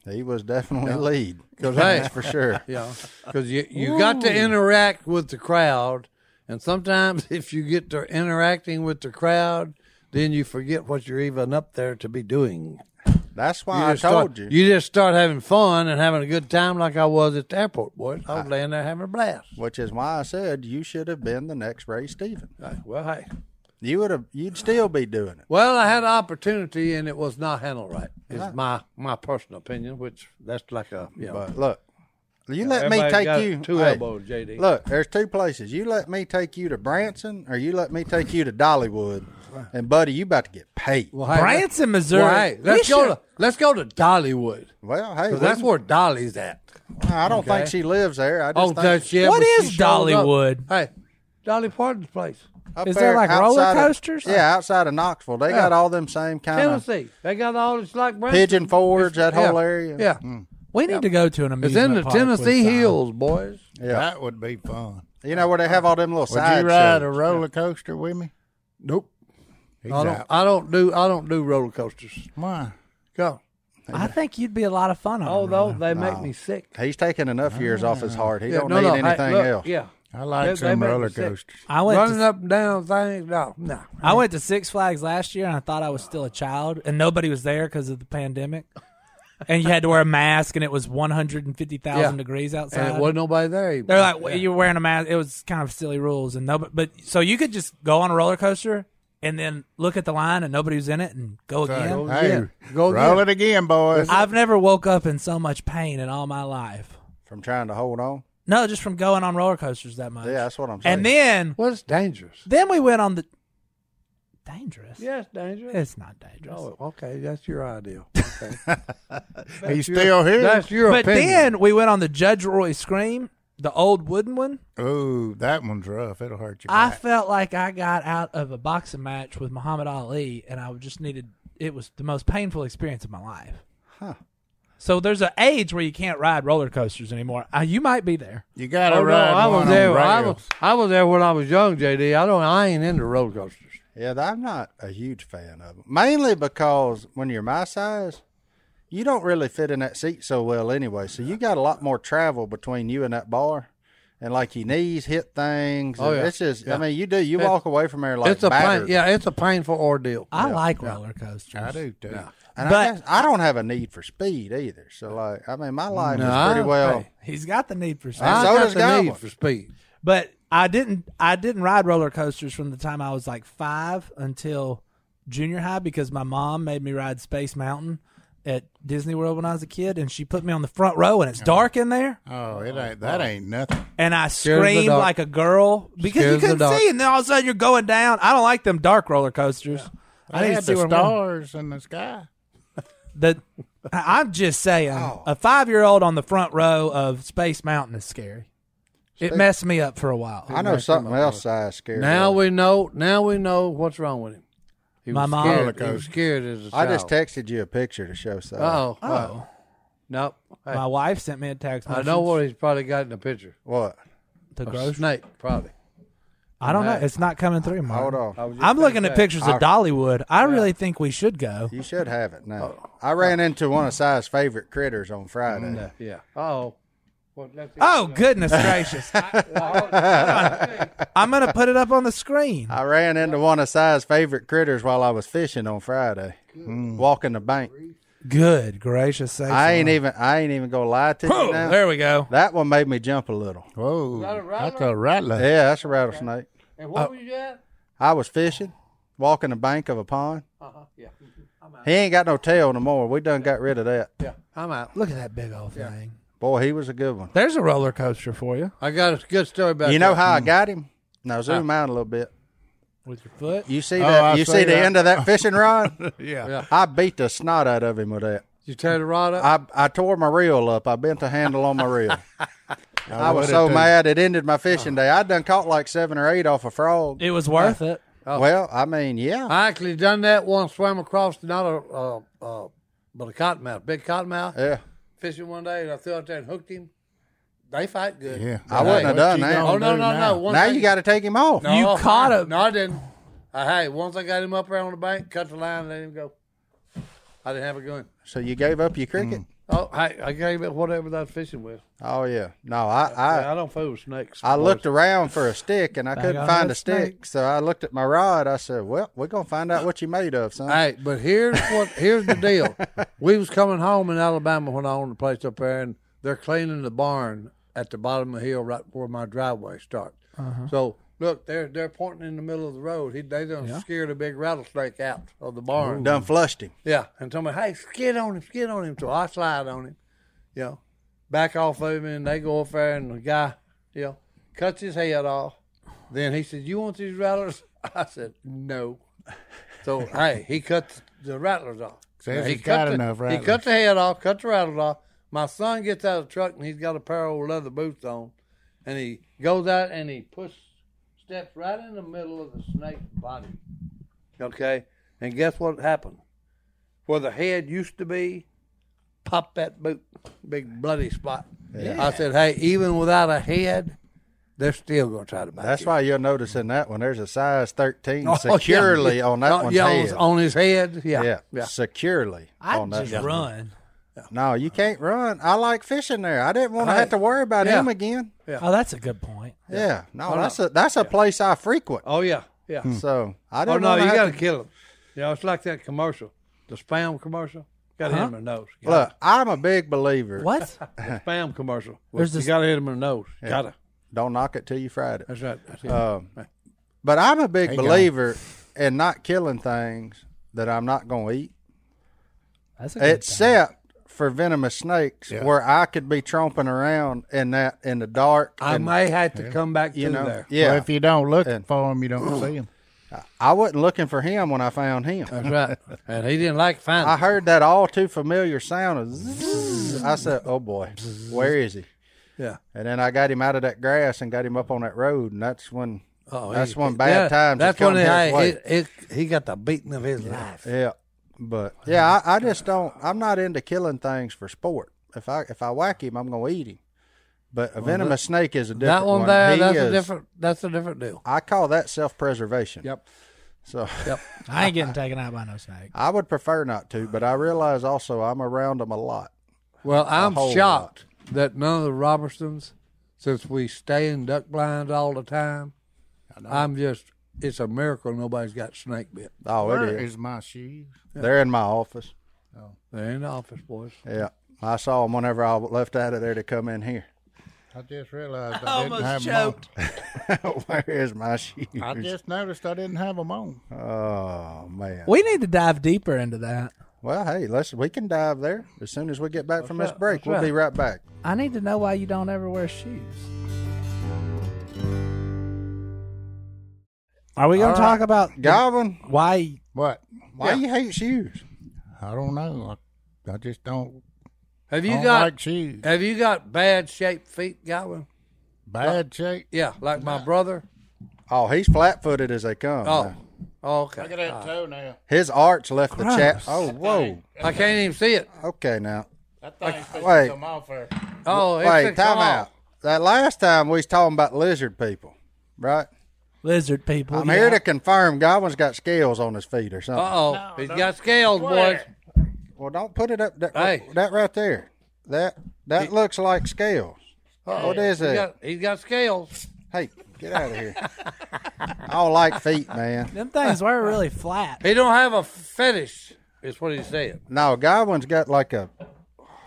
Speaker 2: he was definitely
Speaker 3: (laughs)
Speaker 2: lead.
Speaker 3: Because hey,
Speaker 2: for sure.
Speaker 3: yeah, because you you got to interact with the crowd, and sometimes (laughs) if you get to interacting with the crowd, then you forget what you're even up there to be doing.
Speaker 2: That's
Speaker 3: You
Speaker 2: why I
Speaker 3: just
Speaker 2: told
Speaker 3: start,
Speaker 2: you.
Speaker 3: just start having fun and having a good time, like I was at the airport, boys. I was laying there having a blast.
Speaker 2: which is why I said you should have been the next Ray Stephen.
Speaker 3: Like, Well, hey,
Speaker 2: You would have. You'd still be doing it.
Speaker 3: well, I had an opportunity, and it was not handled right. It's my my personal opinion, which that's like a you know,
Speaker 2: But look, you let me
Speaker 3: everybody got
Speaker 2: take you.
Speaker 3: two
Speaker 2: hey,
Speaker 3: elbows, JD.
Speaker 2: Look, there's two places. You let me take you to Branson, or you let me take you to Dollywood. And buddy, you about to get paid.
Speaker 3: Well, hey,
Speaker 4: Branson, Missouri.
Speaker 3: Well, hey,
Speaker 4: We
Speaker 3: let's go.
Speaker 4: should-
Speaker 3: To, let's go to Dollywood.
Speaker 2: Well, hey,
Speaker 3: 'Cause that's
Speaker 2: we-
Speaker 3: where Dolly's at.
Speaker 2: I don't
Speaker 3: Okay.
Speaker 2: think she lives there. I just
Speaker 3: Oh,
Speaker 2: think
Speaker 3: that's yeah.
Speaker 4: What
Speaker 3: but
Speaker 4: is
Speaker 3: she showed up.
Speaker 4: Dollywood?
Speaker 3: Hey, Dolly Parton's place,
Speaker 2: up
Speaker 4: Is there, like, roller
Speaker 2: outside of-
Speaker 4: coasters?
Speaker 2: yeah, outside of Knoxville, they got all them same kind of
Speaker 3: Tennessee. They got all it's like Branson.
Speaker 2: pigeon forge that
Speaker 3: Yeah,
Speaker 2: whole area. Mm.
Speaker 3: Yeah,
Speaker 4: We need to go to an
Speaker 3: it's
Speaker 4: amusement
Speaker 3: in the
Speaker 4: park with
Speaker 3: Tennessee
Speaker 4: Cy.
Speaker 3: hills, boys.
Speaker 2: yeah.
Speaker 5: That would be fun.
Speaker 2: You know where they have all them little
Speaker 5: Would
Speaker 2: side
Speaker 5: you ride a
Speaker 2: shows.
Speaker 5: roller coaster with me?
Speaker 3: Nope.
Speaker 5: He's
Speaker 3: I don't.
Speaker 5: out.
Speaker 3: I don't do. I don't do roller coasters.
Speaker 5: Why?
Speaker 3: Go.
Speaker 4: I think you'd be a lot of fun on. a
Speaker 3: Although
Speaker 4: roller.
Speaker 3: Oh, they make me sick.
Speaker 2: He's taking enough years off
Speaker 5: Ah.
Speaker 2: his heart. He
Speaker 3: Yeah,
Speaker 2: don't
Speaker 3: no,
Speaker 2: need
Speaker 3: no, hey,
Speaker 2: anything
Speaker 3: look,
Speaker 2: else.
Speaker 3: Yeah.
Speaker 5: I
Speaker 3: They-
Speaker 5: like
Speaker 3: they
Speaker 5: some
Speaker 3: make me
Speaker 5: roller
Speaker 3: sick.
Speaker 5: coasters.
Speaker 4: I went
Speaker 3: Running
Speaker 4: to
Speaker 3: up and down things. No, no.
Speaker 4: I went to Six Flags last year and I thought I was still a child and nobody was there because of
Speaker 2: (laughs)
Speaker 4: the pandemic. And you had to wear a mask and it was 150,000
Speaker 3: Yeah.
Speaker 4: degrees outside.
Speaker 3: And it wasn't nobody there. even.
Speaker 4: They're like, well, you're wearing a mask. It was kind of silly rules. And nobody, but so you could just go on a roller coaster and then look at the line and nobody was in it and go again.
Speaker 3: Go
Speaker 5: Hey,
Speaker 3: again. Go
Speaker 5: roll
Speaker 3: again.
Speaker 5: it again, boys.
Speaker 4: I've never woke up in so much pain in all my life.
Speaker 2: From trying to hold on.
Speaker 4: No, just from going on roller coasters that much.
Speaker 2: Yeah, that's what I'm saying.
Speaker 4: and then,
Speaker 3: Well, it's dangerous.
Speaker 4: then we went on the dangerous.
Speaker 3: Yes, dangerous.
Speaker 4: It's not dangerous.
Speaker 3: Oh, okay. That's your idea.
Speaker 5: He's still here.
Speaker 3: That's your
Speaker 4: but
Speaker 3: opinion.
Speaker 4: then we went on the Judge Roy Scream, the old wooden one.
Speaker 5: Ooh, that one's rough. It'll hurt your
Speaker 4: I
Speaker 5: back.
Speaker 4: felt like I got out of a boxing match with Muhammad Ali, and I just needed. It was the most painful experience of my life. So there's an age where you can't ride roller coasters anymore. Uh, you might be there.
Speaker 5: You gotta
Speaker 3: Oh, no,
Speaker 5: ride
Speaker 3: I was
Speaker 5: one
Speaker 3: there.
Speaker 5: on
Speaker 3: I
Speaker 5: rails.
Speaker 3: was, I was there when I was young, JD. I don't. I ain't into roller coasters.
Speaker 2: Yeah, th- I'm not a huge fan of them. Mainly because when you're my size, you don't really fit in that seat so well anyway. So you got a lot more travel between you and that bar. And like your knees hit things.
Speaker 3: Oh, yeah.
Speaker 2: It's just, I
Speaker 3: Yeah.
Speaker 2: mean, you do. You walk away from there like
Speaker 3: it's a pain,
Speaker 2: battered.
Speaker 3: yeah, it's a painful ordeal.
Speaker 4: I like roller coasters.
Speaker 5: I do too.
Speaker 2: And I,
Speaker 4: But-
Speaker 2: guess I don't have a need for speed either. So like, I mean, my life
Speaker 3: No,
Speaker 2: is
Speaker 3: I-
Speaker 2: pretty well.
Speaker 3: hey.
Speaker 4: He's got the need for speed.
Speaker 3: I
Speaker 2: so
Speaker 3: got
Speaker 2: does
Speaker 3: the
Speaker 2: Goblin.
Speaker 3: need for speed.
Speaker 4: but I didn't I didn't ride roller coasters from the time I was like five until junior high because my mom made me ride Space Mountain at Disney World when I was a kid and she put me on the front row and it's dark in there
Speaker 5: Oh, it ain't that ain't nothing.
Speaker 4: and I
Speaker 3: the
Speaker 4: screamed
Speaker 3: dark.
Speaker 4: like a girl because
Speaker 3: Scares the
Speaker 4: you couldn't
Speaker 3: dark.
Speaker 4: see and then all of a sudden you're going down. I don't like them dark roller coasters. I
Speaker 5: They
Speaker 4: need to
Speaker 5: had
Speaker 4: see
Speaker 5: the
Speaker 4: where I'm going.
Speaker 5: stars in the sky.
Speaker 4: The I- I'm just saying, a five year old on the front row of Space Mountain is scary. It messed me up for a while.
Speaker 2: I know something else I scared.
Speaker 3: Now
Speaker 2: of.
Speaker 3: we know. Now we know what's wrong with him. He
Speaker 4: My
Speaker 3: was
Speaker 4: mom- Roller
Speaker 3: scared. He was scared as a
Speaker 2: I just
Speaker 3: child.
Speaker 2: texted you a picture to show something.
Speaker 3: Uh-oh. Uh oh.
Speaker 4: Oh,
Speaker 3: Nope. Hey,
Speaker 4: my wife sent me a text.
Speaker 3: I
Speaker 4: Message
Speaker 3: know what he's probably got in the picture.
Speaker 2: What?
Speaker 4: the
Speaker 3: A
Speaker 4: grocery.
Speaker 3: snake, probably.
Speaker 4: I don't know. It's not coming through, Mark.
Speaker 3: Uh-huh.
Speaker 2: Hold on.
Speaker 4: I'm looking at pictures of
Speaker 2: Alright.
Speaker 4: Dollywood. I really think we should go.
Speaker 2: You should have it now.
Speaker 3: Oh.
Speaker 2: I ran into one of Si's favorite critters on Friday.
Speaker 3: Mm, Yeah. Oh. Well, let's see.
Speaker 2: (laughs)
Speaker 4: Oh goodness gracious! I, am gonna put it up on the screen.
Speaker 2: I ran into one of Si's favorite critters while I was fishing on Friday,
Speaker 3: Mm.
Speaker 2: walking the bank.
Speaker 4: Good gracious sakes!
Speaker 2: I ain't
Speaker 4: alive.
Speaker 2: even. I ain't even gonna lie to you.
Speaker 4: Boom,
Speaker 2: Now.
Speaker 4: There we go.
Speaker 2: That one made me jump a little.
Speaker 5: Whoa,
Speaker 3: that a rattler?
Speaker 5: that's a rattler.
Speaker 2: Yeah, that's a rattlesnake.
Speaker 3: and what were you at?
Speaker 2: I was fishing, walking the bank of a pond.
Speaker 3: Uh-huh. Yeah.
Speaker 2: He ain't got no tail no more. We done got rid of that.
Speaker 3: Yeah. I'm out.
Speaker 4: Look at that big old thing.
Speaker 2: Boy, he was a good one.
Speaker 4: There's a roller coaster for you
Speaker 3: I got a good story about
Speaker 2: You know
Speaker 3: that.
Speaker 2: how I got him? Now
Speaker 3: Ah.
Speaker 2: zoom out a little bit.
Speaker 4: with your foot.
Speaker 2: You see
Speaker 5: Oh,
Speaker 2: that?
Speaker 5: I
Speaker 2: you
Speaker 5: see
Speaker 2: see the
Speaker 5: that.
Speaker 2: end of
Speaker 5: (laughs)
Speaker 2: that fishing rod?
Speaker 5: Yeah.
Speaker 3: Yeah.
Speaker 2: I beat the snot out of him with that.
Speaker 3: you tear the rod up.
Speaker 2: I I tore my reel up. I bent the handle on my
Speaker 5: (laughs)
Speaker 2: reel. I was
Speaker 5: would've
Speaker 2: so
Speaker 5: too.
Speaker 2: mad it ended my fishing
Speaker 5: Oh.
Speaker 2: day. I done caught like seven or eight off a frog. Oh,
Speaker 4: It was worth it.
Speaker 2: Well, I mean, yeah.
Speaker 3: I actually done that once. Swam across not a uh, uh, but a cottonmouth, big cottonmouth.
Speaker 2: Yeah.
Speaker 3: Fishing one day, and I threw out there and hooked him. They fight good.
Speaker 5: Yeah.
Speaker 2: I wouldn't have done that.
Speaker 3: Oh no no no! Once
Speaker 2: Now
Speaker 3: I-
Speaker 2: you got to take him off.
Speaker 3: No,
Speaker 4: You
Speaker 3: I-
Speaker 4: caught him.
Speaker 3: No, I didn't. Uh, hey, once I got him up around the bank, cut the line, let him go. I didn't have a gun.
Speaker 2: So you gave up your
Speaker 5: Mm.
Speaker 2: cricket?
Speaker 3: Oh, I, I gave it whatever I was fishing with.
Speaker 2: Oh yeah. No, I I,
Speaker 3: I, don't fool with snakes.
Speaker 2: I
Speaker 3: boys.
Speaker 2: looked around for a stick and I couldn't
Speaker 4: on
Speaker 2: find
Speaker 4: that
Speaker 2: a stick. So I looked at my rod. I said, "Well, we're gonna find out what you made of, son."
Speaker 3: Hey, but here's what here's the deal. we was coming home in Alabama when I owned the place up there, and they're cleaning the barn at the bottom of the hill right where my driveway starts. So look, they're they're pointing in the middle of the road. He, they done scared a big rattlesnake out of the barn.
Speaker 2: Done flushed him.
Speaker 3: Yeah, and told me, hey, skid on him, skid on him. So I slide on him, you know, back off of him, and they go up there, and the guy, you know, cuts his head off. Then he said, you want these rattlers? (laughs) I said, no. So, hey, he cut the rattlers off.
Speaker 5: Says
Speaker 3: Now,
Speaker 5: he's got
Speaker 3: the,
Speaker 5: enough
Speaker 3: He cut the head off, cut the rattlers off. My son gets out of the truck, and he's got a pair of old leather boots on, and he goes out, and he push, steps right in the middle of the snake's body. Okay, and guess what happened? where the head used to be, pop that boot, big bloody spot. I said, hey, even without a head, they're still going to try to bite
Speaker 2: That's
Speaker 3: you.
Speaker 2: why you'll notice in that one there's a size 13
Speaker 3: Oh, (laughs) yeah.
Speaker 2: securely on that
Speaker 3: Oh,
Speaker 2: one's
Speaker 3: yeah, on
Speaker 2: head.
Speaker 3: his- on his head. Yeah,
Speaker 2: yeah,
Speaker 3: yeah.
Speaker 2: securely
Speaker 4: I
Speaker 2: on that
Speaker 4: just
Speaker 2: one.
Speaker 4: run.
Speaker 2: No, you can't run. I like fishing there. I didn't want to
Speaker 3: Hey.
Speaker 2: have to worry about
Speaker 3: Yeah.
Speaker 2: him again.
Speaker 4: Oh, that's a good point.
Speaker 2: Yeah, no, that's a that's a place I frequent.
Speaker 3: Oh yeah, yeah.
Speaker 2: So I
Speaker 3: Oh
Speaker 2: didn't.
Speaker 3: no,
Speaker 2: wanna
Speaker 3: you
Speaker 2: have
Speaker 3: got to
Speaker 2: to-
Speaker 3: kill him. You know, it's like that commercial, the spam commercial. Got to hit him in the nose. Gotta-
Speaker 2: Look, I'm a big believer.
Speaker 4: What?
Speaker 3: the spam commercial.
Speaker 4: There's
Speaker 3: you
Speaker 4: this-
Speaker 3: got to hit him in the nose. Got to.
Speaker 2: Don't knock it till you fried it.
Speaker 3: That's right. That's it.
Speaker 2: Um, but I'm a big
Speaker 5: There you go.
Speaker 2: believer in not killing things that I'm not going to eat,
Speaker 4: (laughs) That's a good
Speaker 2: except for venomous snakes,
Speaker 5: Yeah.
Speaker 2: where I could be tromping around in that in the dark.
Speaker 3: I
Speaker 2: and,
Speaker 3: may have to come back to
Speaker 2: you know,
Speaker 3: there.
Speaker 2: yeah.
Speaker 5: Well, if you don't look
Speaker 2: And-
Speaker 5: for him, you don't (clears throat) see him.
Speaker 2: I wasn't looking for him when I found him.
Speaker 3: That's right. And he didn't like finding.
Speaker 2: I heard that all too familiar sound of zzz. I said, "Oh boy, where is he?"
Speaker 3: yeah.
Speaker 2: And then I got him out of that grass and got him up on that road, and that's when
Speaker 3: Oh,
Speaker 2: that's
Speaker 3: he-
Speaker 2: one bad
Speaker 3: yeah,
Speaker 2: times.
Speaker 3: That's
Speaker 2: come
Speaker 3: when
Speaker 2: his way.
Speaker 3: he, he, he, he got the beating of his life.
Speaker 2: Yeah. But yeah, I, I just don't. I'm not into killing things for sport. If I if I whack him, I'm gonna eat him. But a venomous snake is a
Speaker 3: that
Speaker 2: different
Speaker 3: one there,
Speaker 2: He
Speaker 3: that's a
Speaker 2: is-
Speaker 3: different. That's a different deal.
Speaker 2: I call that self-preservation.
Speaker 3: Yep.
Speaker 2: So
Speaker 4: I ain't getting taken out by no snake.
Speaker 2: I would prefer not to, but I realize also I'm around them a lot.
Speaker 3: Well, I'm
Speaker 2: whole
Speaker 3: shocked that none of the Robertsons, since we stay in duck blinds all the time, I'm just. It's a miracle nobody's got snake bit.
Speaker 2: Oh,
Speaker 5: Where
Speaker 2: it is.
Speaker 5: is my shoes?
Speaker 2: They're in my office.
Speaker 3: They're in the office, boys.
Speaker 2: Yeah, I saw them whenever I left out of there to come in here. (laughs)
Speaker 5: I just realized I,
Speaker 4: almost
Speaker 5: didn't have 'em
Speaker 4: choked.
Speaker 2: Where is my shoes?
Speaker 5: on. I just noticed I didn't have them on.
Speaker 2: Oh man.
Speaker 4: We need to dive deeper into that.
Speaker 2: Well, hey, let's we can dive there as soon as we get back from this
Speaker 3: right,
Speaker 2: break.
Speaker 3: that's
Speaker 2: We'll be right back.
Speaker 4: I need to know why you don't ever wear shoes. Are we going to talk about
Speaker 2: Goblin,
Speaker 4: why?
Speaker 5: What?
Speaker 2: why you hate shoes?
Speaker 5: I don't know. I, I just don't.
Speaker 3: Have you
Speaker 5: don't
Speaker 3: got?
Speaker 5: like shoes.
Speaker 3: have you got bad shaped feet, Godwin?
Speaker 5: Bad shape.
Speaker 3: Yeah, like my brother.
Speaker 2: Oh, he's flat-footed as they come. Uh,
Speaker 3: Oh, oh okay.
Speaker 5: Look at that toenail.
Speaker 2: His arch left the chat.
Speaker 4: Gross.
Speaker 2: Oh, whoa.
Speaker 3: I can't even see it.
Speaker 2: Okay, now.
Speaker 5: That thing's supposed
Speaker 2: Wait.
Speaker 5: to come off there.
Speaker 3: Oh, it's
Speaker 2: Wait,
Speaker 3: a come
Speaker 2: time out. That last time we was talking about lizard people, right?
Speaker 4: Lizard people.
Speaker 2: I'm
Speaker 4: yeah.
Speaker 2: here to confirm Godwin's got scales on his feet or something.
Speaker 3: Uh oh, he's got scales, boys.
Speaker 5: Where?
Speaker 2: Well, don't put it up that,
Speaker 3: Hey.
Speaker 2: that right there. That that looks like scales. What is
Speaker 3: He's
Speaker 2: it?
Speaker 3: got, he's got scales.
Speaker 2: Hey, get out of here. (laughs) I don't like feet, man.
Speaker 4: Them things were
Speaker 3: (laughs)
Speaker 4: really flat.
Speaker 3: He don't have a fetish. Is what he's saying.
Speaker 2: No, Godwin's got like a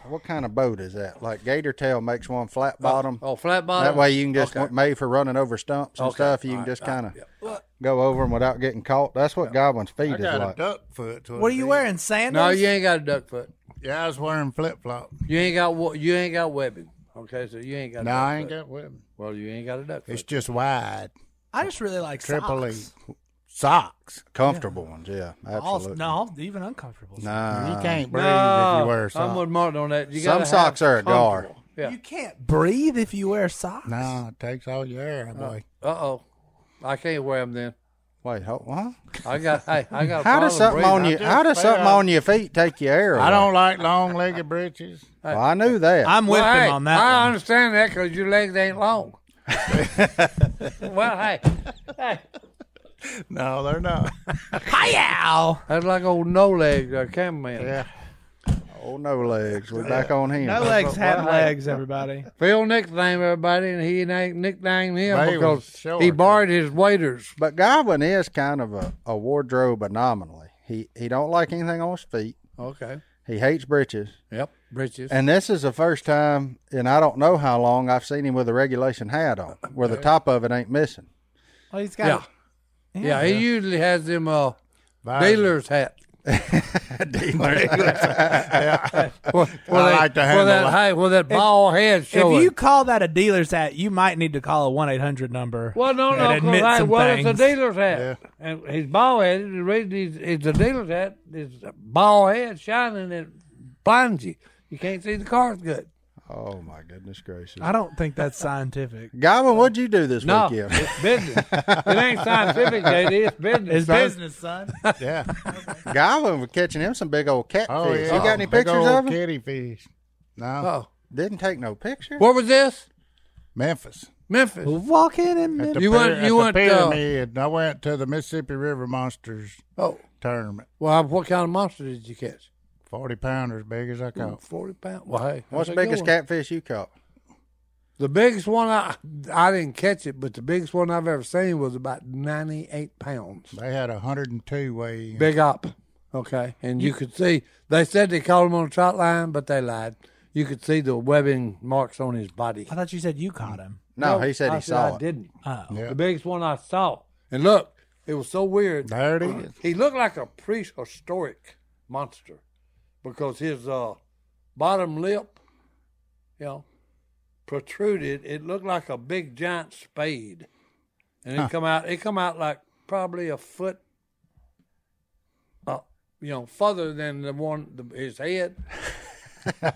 Speaker 2: what kind of boat is that? Like gator tail makes one flat bottom.
Speaker 3: Oh, flat bottom.
Speaker 2: That way you can just made for running over stumps and stuff. You can just kind of go over them without getting caught. That's what Godwin's feet
Speaker 5: I
Speaker 2: is
Speaker 5: got a
Speaker 2: like.
Speaker 5: duck foot. to
Speaker 4: What
Speaker 5: it
Speaker 4: are you
Speaker 5: is.
Speaker 4: wearing? Sandals?
Speaker 3: No, you ain't got a duck foot.
Speaker 5: Yeah, I was wearing flip flop.
Speaker 3: You ain't got wa- you ain't got webbing. Okay, so you ain't got. a
Speaker 5: No,
Speaker 3: duck
Speaker 5: I ain't
Speaker 3: foot.
Speaker 5: got with me.
Speaker 3: Well, you ain't got a duck foot.
Speaker 5: It's just wide.
Speaker 4: I just really like
Speaker 5: Triple E.
Speaker 4: socks.
Speaker 5: Socks.
Speaker 2: Comfortable ones, yeah, absolutely.
Speaker 4: All, no, even uncomfortable.
Speaker 2: Nah.
Speaker 3: Uh,
Speaker 5: you can't breathe if
Speaker 3: No,
Speaker 5: you wear
Speaker 3: I'm
Speaker 5: socks.
Speaker 3: with Martin on that. You
Speaker 2: Some
Speaker 3: gotta
Speaker 2: socks
Speaker 3: have
Speaker 2: are a guard.
Speaker 3: comfortable. Yeah.
Speaker 4: You can't breathe if you wear socks.
Speaker 5: No, it takes all your air away.
Speaker 3: Uh oh, I can't wear them then.
Speaker 2: Wait, hold, what?
Speaker 3: I got hey, I got. a
Speaker 2: How does
Speaker 3: problem
Speaker 2: something on
Speaker 3: breathing.
Speaker 2: you? How does
Speaker 5: just
Speaker 2: something
Speaker 5: fell.
Speaker 2: on your feet take your air?
Speaker 3: Uh,
Speaker 5: I
Speaker 2: away?
Speaker 5: don't like long legged breeches.
Speaker 2: Well, I knew that.
Speaker 4: I'm with
Speaker 3: Well,
Speaker 4: him
Speaker 3: hey,
Speaker 4: on that.
Speaker 3: I
Speaker 4: one.
Speaker 3: understand that because your legs ain't long. well, hey, hey,
Speaker 5: (laughs) No, they're not.
Speaker 4: Hi-yow!
Speaker 3: that's like old no legs, uh, cameraman.
Speaker 5: yeah.
Speaker 2: oh no legs. We're back on him.
Speaker 6: No legs have legs, everybody.
Speaker 3: Phil nicknamed everybody, and he na- nicknamed him
Speaker 5: They was
Speaker 3: because
Speaker 5: short.
Speaker 3: he borrowed his waiters.
Speaker 2: But Godwin is kind of a, a wardrobe anomaly. He he don't like anything on his feet.
Speaker 3: Okay.
Speaker 2: He hates breeches.
Speaker 3: Yep. Britches.
Speaker 2: And this is the first time in I don't know how long I've seen him with a regulation hat on, where the top of it ain't missing.
Speaker 4: Well, he's got
Speaker 3: yeah. yeah. He usually has them uh,
Speaker 5: (laughs)
Speaker 3: dealer's hat. Well,
Speaker 5: I like to
Speaker 3: well, that,
Speaker 5: handle that.
Speaker 3: hey, well, that bald head showing.
Speaker 4: If you call that a dealer's hat, you might need to call a one eight hundred number.
Speaker 3: well, no, no,
Speaker 4: and
Speaker 3: because
Speaker 4: admit
Speaker 3: hey,
Speaker 4: some
Speaker 3: well, it's a
Speaker 4: things.
Speaker 3: dealer's hat, and he's bald headed. The reason he's, it's a dealer's hat is bald head shining and blinds you. You can't see the cars good.
Speaker 2: Oh my goodness gracious.
Speaker 4: I don't think that's scientific.
Speaker 2: Godwin, what'd you do this
Speaker 3: No,
Speaker 2: weekend?
Speaker 3: (laughs) it's business. it ain't
Speaker 5: (laughs)
Speaker 3: scientific, JD. It's business.
Speaker 4: It's
Speaker 3: son.
Speaker 4: business, son.
Speaker 5: Yeah.
Speaker 2: Godwin was catching him some big old catfish.
Speaker 5: Oh, yeah.
Speaker 2: You got any
Speaker 5: Big
Speaker 2: pictures
Speaker 5: old
Speaker 2: of him?
Speaker 5: Kitty fish. No.
Speaker 3: Oh,
Speaker 2: Didn't take no picture.
Speaker 3: what was this?
Speaker 5: Memphis.
Speaker 3: Memphis.
Speaker 4: (laughs) Walk in and
Speaker 5: At the
Speaker 3: You
Speaker 5: py-
Speaker 3: want-
Speaker 5: at
Speaker 3: you
Speaker 5: the
Speaker 3: want, uh,
Speaker 5: pyramid. I went to the Mississippi River Monsters
Speaker 3: Oh,
Speaker 5: tournament.
Speaker 3: well, what kind of monster did you catch?
Speaker 5: Forty pounders, big as I caught.
Speaker 3: Forty pound. Well, hey, that's a
Speaker 2: What's the
Speaker 3: good
Speaker 2: biggest
Speaker 3: one.
Speaker 2: catfish you caught?
Speaker 3: The biggest one I I didn't catch it, but the biggest one I've ever seen was about ninety eight pounds.
Speaker 5: They had hundred and two weigh in.
Speaker 3: Big up. Okay, and you could see they said they caught him on a trot line, but they lied. You could see the webbing marks on his body.
Speaker 4: I thought you said you caught him.
Speaker 2: No, he said
Speaker 3: I
Speaker 2: he saw
Speaker 3: I
Speaker 2: it.
Speaker 3: didn't.
Speaker 4: Oh.
Speaker 5: Yeah.
Speaker 3: The biggest one I saw, and look, it was so weird.
Speaker 5: There it is.
Speaker 3: He looked like a prehistoric monster because his uh, bottom lip, you know, protruded. It looked like a big giant spade, and it come out. It come out like probably a foot, uh, you know, further than the one the, his head.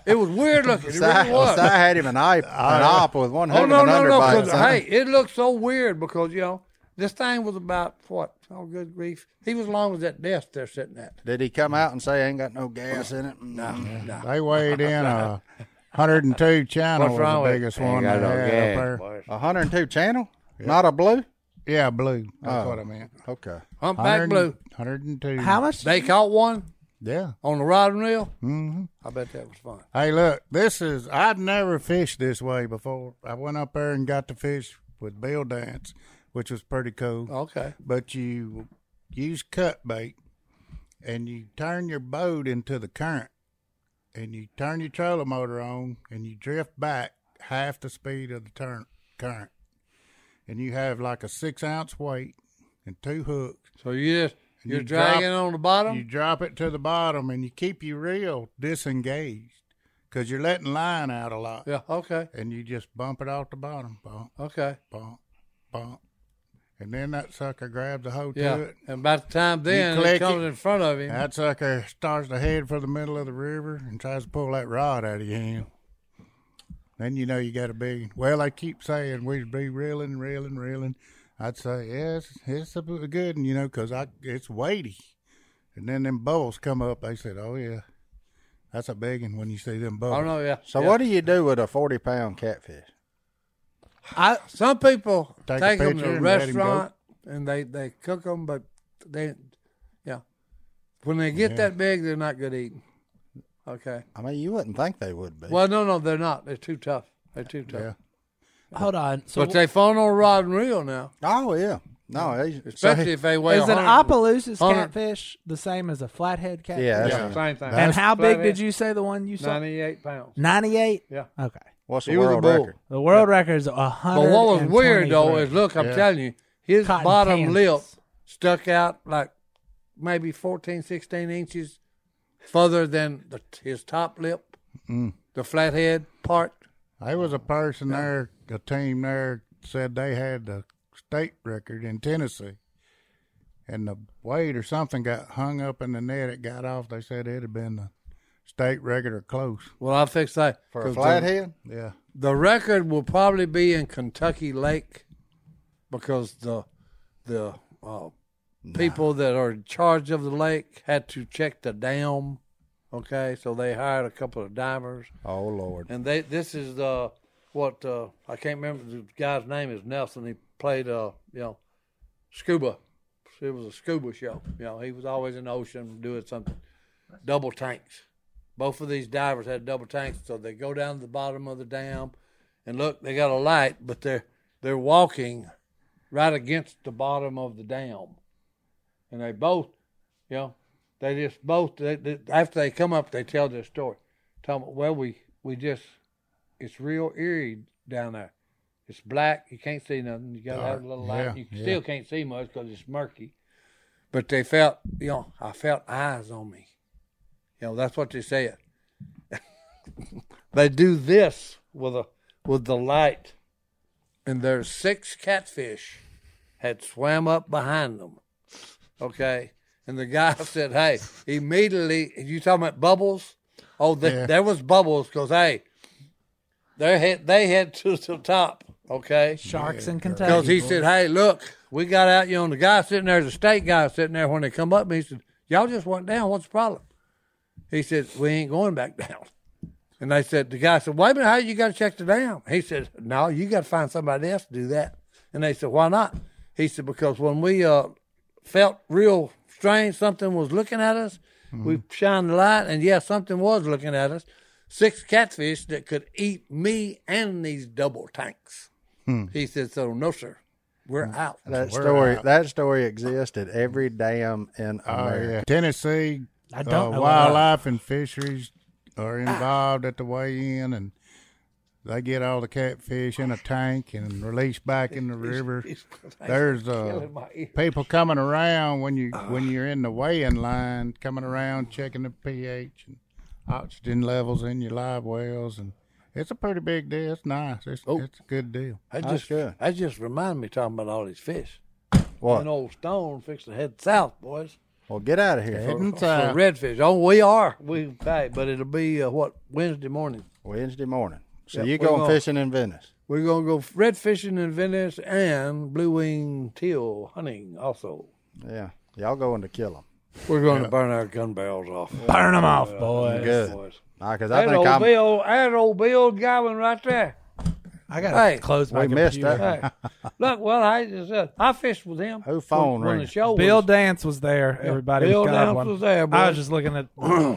Speaker 3: it was weird looking. It
Speaker 2: I,
Speaker 3: really was.
Speaker 2: I had him an eye, an op with one
Speaker 3: Oh
Speaker 2: hook
Speaker 3: no
Speaker 2: and
Speaker 3: no
Speaker 2: an
Speaker 3: no!
Speaker 2: underbite.
Speaker 3: 'cause,
Speaker 2: son.
Speaker 3: hey, it looked so weird because you know This thing was about what? Oh, good grief! He was long as that desk they're sitting at.
Speaker 2: Did he come out and say ain't got no gas in it? Mm. No.
Speaker 5: They weighed
Speaker 3: (laughs)
Speaker 5: in a 102 channel
Speaker 3: What's
Speaker 5: was
Speaker 3: wrong
Speaker 5: the
Speaker 3: with-
Speaker 5: biggest one they had up there.
Speaker 2: 102 channel? Not a blue?
Speaker 5: Yeah, blue. That's
Speaker 3: Oh.
Speaker 5: what I meant.
Speaker 2: Okay.
Speaker 3: Humpback blue.
Speaker 5: 102.
Speaker 4: How much?
Speaker 3: They caught one
Speaker 5: Yeah.
Speaker 3: on the rod and reel. Mm-hmm. I bet that was fun.
Speaker 5: Hey, look, this is, I'd never fished this way before. I went up there and got to fish with Bill Dance, which was pretty cool.
Speaker 4: Oh.
Speaker 3: Okay.
Speaker 5: But you use cut bait and you turn your boat into the current and you turn your trolling motor on and you drift back half the speed of the turn, current. And you have like a six ounce weight and two hooks.
Speaker 3: So you just
Speaker 5: And
Speaker 3: you're
Speaker 5: you drop-
Speaker 3: dragging on the bottom.
Speaker 5: You drop it to the bottom and you keep your reel disengaged because you're letting line out a lot.
Speaker 3: yeah. Okay.
Speaker 5: And you just bump it off the bottom, bump,
Speaker 3: Okay.
Speaker 5: bump, bump. And then that sucker grabs a hold
Speaker 3: Yeah.
Speaker 5: to it.
Speaker 3: And by the time then it
Speaker 5: click
Speaker 3: comes
Speaker 5: it.
Speaker 3: in front of him.
Speaker 5: That sucker starts to head for the middle of the river and tries to pull that rod out of your hand. Then you know you got a big. Well, I keep saying we'd be reeling, reeling, reeling. I'd say yes, it's a b- good, one, you know, 'cause I it's weighty. And then them bubbles come up. They said, "Oh yeah, that's a big one." When you see them bubbles,
Speaker 3: I don't know. Yeah.
Speaker 2: So
Speaker 3: yeah.
Speaker 2: what do you do with a 40 pound catfish?
Speaker 4: I
Speaker 3: Some people
Speaker 5: Take
Speaker 3: take,
Speaker 5: a
Speaker 3: them
Speaker 5: picture
Speaker 3: to a
Speaker 5: and let him go.
Speaker 3: restaurant and they they cook them, but they, yeah, when they get that big, they're not good eating. Okay.
Speaker 2: I mean, you wouldn't think they would be.
Speaker 3: Well, no, no, they're not. They're too tough. They're too tough.
Speaker 5: Yeah.
Speaker 4: hold on. So
Speaker 3: But they phone on rod and reel now,
Speaker 2: Oh, yeah. No, he's, so
Speaker 3: especially if they weigh.
Speaker 4: is an
Speaker 3: 100
Speaker 4: Opelousas
Speaker 3: Hunter-
Speaker 4: catfish the same as a flathead catfish?
Speaker 2: yeah, that's
Speaker 5: Yeah.
Speaker 6: Same thing.
Speaker 4: And how big
Speaker 6: Flathead.
Speaker 4: did you say the one you saw?
Speaker 6: Ninety-eight pounds.
Speaker 4: 98?
Speaker 6: Yeah.
Speaker 4: Okay.
Speaker 2: (laughs) what's the
Speaker 3: He was a
Speaker 2: world
Speaker 3: bull.
Speaker 2: record?
Speaker 4: The world record is 100.
Speaker 3: But what was weird though is look, I'm
Speaker 5: Yeah.
Speaker 3: telling you, his
Speaker 4: Cotton
Speaker 3: bottom
Speaker 4: canvas.
Speaker 3: lip stuck out like maybe 14, 16 inches further than the, his top lip,
Speaker 4: Mm.
Speaker 3: the flathead part.
Speaker 5: There was a person there, a team there, said they had the state record in Tennessee, and the weight or something got hung up in the net. It got off. They said it had been the state record or close.
Speaker 3: Well, I fixed that.
Speaker 2: For a
Speaker 3: 'Cause the-
Speaker 2: flathead?
Speaker 5: Yeah,
Speaker 3: The record will probably be in Kentucky Lake because the the uh, people that are in charge of the lake had to check the dam. Okay, so they hired a couple of divers,
Speaker 2: Oh, Lord.
Speaker 3: and they this is the what uh, I can't remember the guy's name is Nelson. He played uh you know scuba. It was a scuba show. You know he was always in the ocean doing something. Double tanks both of these divers had double tanks, so they go down to the bottom of the dam, and look, they got a light, but they're they're walking right against the bottom of the dam, and they both, you know, they just both. They, they, after they come up, they tell their story. Tell 'em, well, we we just it's real eerie down there. It's black. You can't see nothing. You gotta have a little light.
Speaker 5: Yeah,
Speaker 3: you
Speaker 5: yeah.
Speaker 3: still can't see much because it's murky. But they felt, you know, I felt eyes on me. You know, that's what they said. (laughs) they do this with a with the light, and there's six catfish had swam up behind them. Okay, and the guy (laughs) said, "Hey, immediately you talking about bubbles? Oh, th-
Speaker 5: Yeah.
Speaker 3: there was bubbles because hey, they had they head to the top. Okay,
Speaker 4: Sharks in
Speaker 3: because
Speaker 4: Kentucky.
Speaker 3: he said, "Hey, look, we got out. You know, the guy sitting there, the state guy sitting there. When they come up, he said, "Y'all just went down. What's the problem?" He said, "We ain't going back (laughs) down." And they said, "The guy said, wait a minute, how you got to check the dam?" He said, "No, you got to find somebody else to do that." And they said, "Why not?" He said, "Because when we uh, felt real strange, something was looking at us. We shined the light, and yeah, something was looking at us. Six catfish that could eat me and these double tanks." He said, "So no, sir, we're out."
Speaker 2: That story, that story existed every damn in
Speaker 5: oh
Speaker 2: America.
Speaker 5: yeah. Tennessee
Speaker 4: I don't
Speaker 5: uh,
Speaker 4: know.
Speaker 5: wildlife and fisheries are involved at the weigh in, and they get all the catfish in a tank and released (laughs) back in
Speaker 3: (laughs)
Speaker 5: the river. There's uh,
Speaker 3: Killing my ear.
Speaker 5: people coming around when you when you're in the weighing line, coming around checking the pH and oxygen levels in your live wells, and it's a pretty big deal. It's nice. It's
Speaker 3: Oh.
Speaker 5: it's a good deal.
Speaker 3: That
Speaker 2: That's
Speaker 3: just
Speaker 2: good.
Speaker 3: that just reminded me talking about all these fish.
Speaker 2: What?
Speaker 3: An old stone fixing to head south, boys.
Speaker 2: Well, get out of here.
Speaker 5: Heading
Speaker 2: folks.
Speaker 3: for
Speaker 5: south.
Speaker 3: redfish. Oh, we are. We hey, but it'll be uh, what Wednesday morning.
Speaker 2: Wednesday morning. So
Speaker 3: Yep,
Speaker 2: you
Speaker 3: we're
Speaker 2: going
Speaker 3: going.
Speaker 2: fishing in Venice?
Speaker 3: We're gonna go red fishing in Venice and blue wing teal hunting. Also,
Speaker 2: Yeah. Y'all going to kill them.
Speaker 3: we're going to burn our gun barrels off.
Speaker 4: Burn them off, boys.
Speaker 2: Good.
Speaker 3: Boys.
Speaker 2: Because I
Speaker 3: That
Speaker 2: think
Speaker 3: old
Speaker 2: I'm,
Speaker 3: Bill, that old Bill Goblin right there.
Speaker 4: I gotta
Speaker 3: Hey,
Speaker 4: close my
Speaker 2: we missed
Speaker 4: computer.
Speaker 2: (laughs) that.
Speaker 3: Hey, look, well, I just uh, I fished with him.
Speaker 2: Who
Speaker 3: when, when
Speaker 2: phone
Speaker 3: the
Speaker 2: ringing?
Speaker 3: show was-
Speaker 4: Bill Dance was there. Everybody
Speaker 3: Bill
Speaker 4: was
Speaker 3: Dance
Speaker 4: Godwin.
Speaker 3: was there, boy.
Speaker 4: I was just
Speaker 3: (clears throat)
Speaker 4: looking at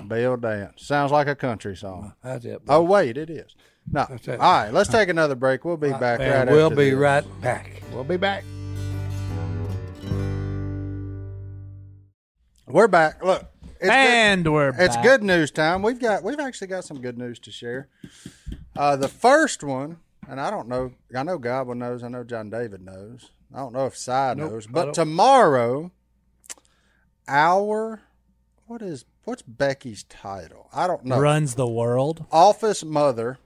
Speaker 2: Bill Dance. Sounds like a country song.
Speaker 3: That's it.
Speaker 2: Oh, wait, it is. No. All
Speaker 3: it.
Speaker 2: right, let's take another break. We'll be back right
Speaker 3: and we'll
Speaker 2: after
Speaker 3: be
Speaker 2: this.
Speaker 3: right back.
Speaker 5: We'll be back.
Speaker 2: We're back. Look, it's
Speaker 4: and we're
Speaker 2: good. It's
Speaker 4: back.
Speaker 2: good news time. We've got we've actually got some good news to share. Uh, the first one, and I don't know. I know Goblin knows. I know John David knows. I don't know if Cy knows. But tomorrow, our what is what's Becky's title? I don't know.
Speaker 4: runs the world.
Speaker 2: Office mother.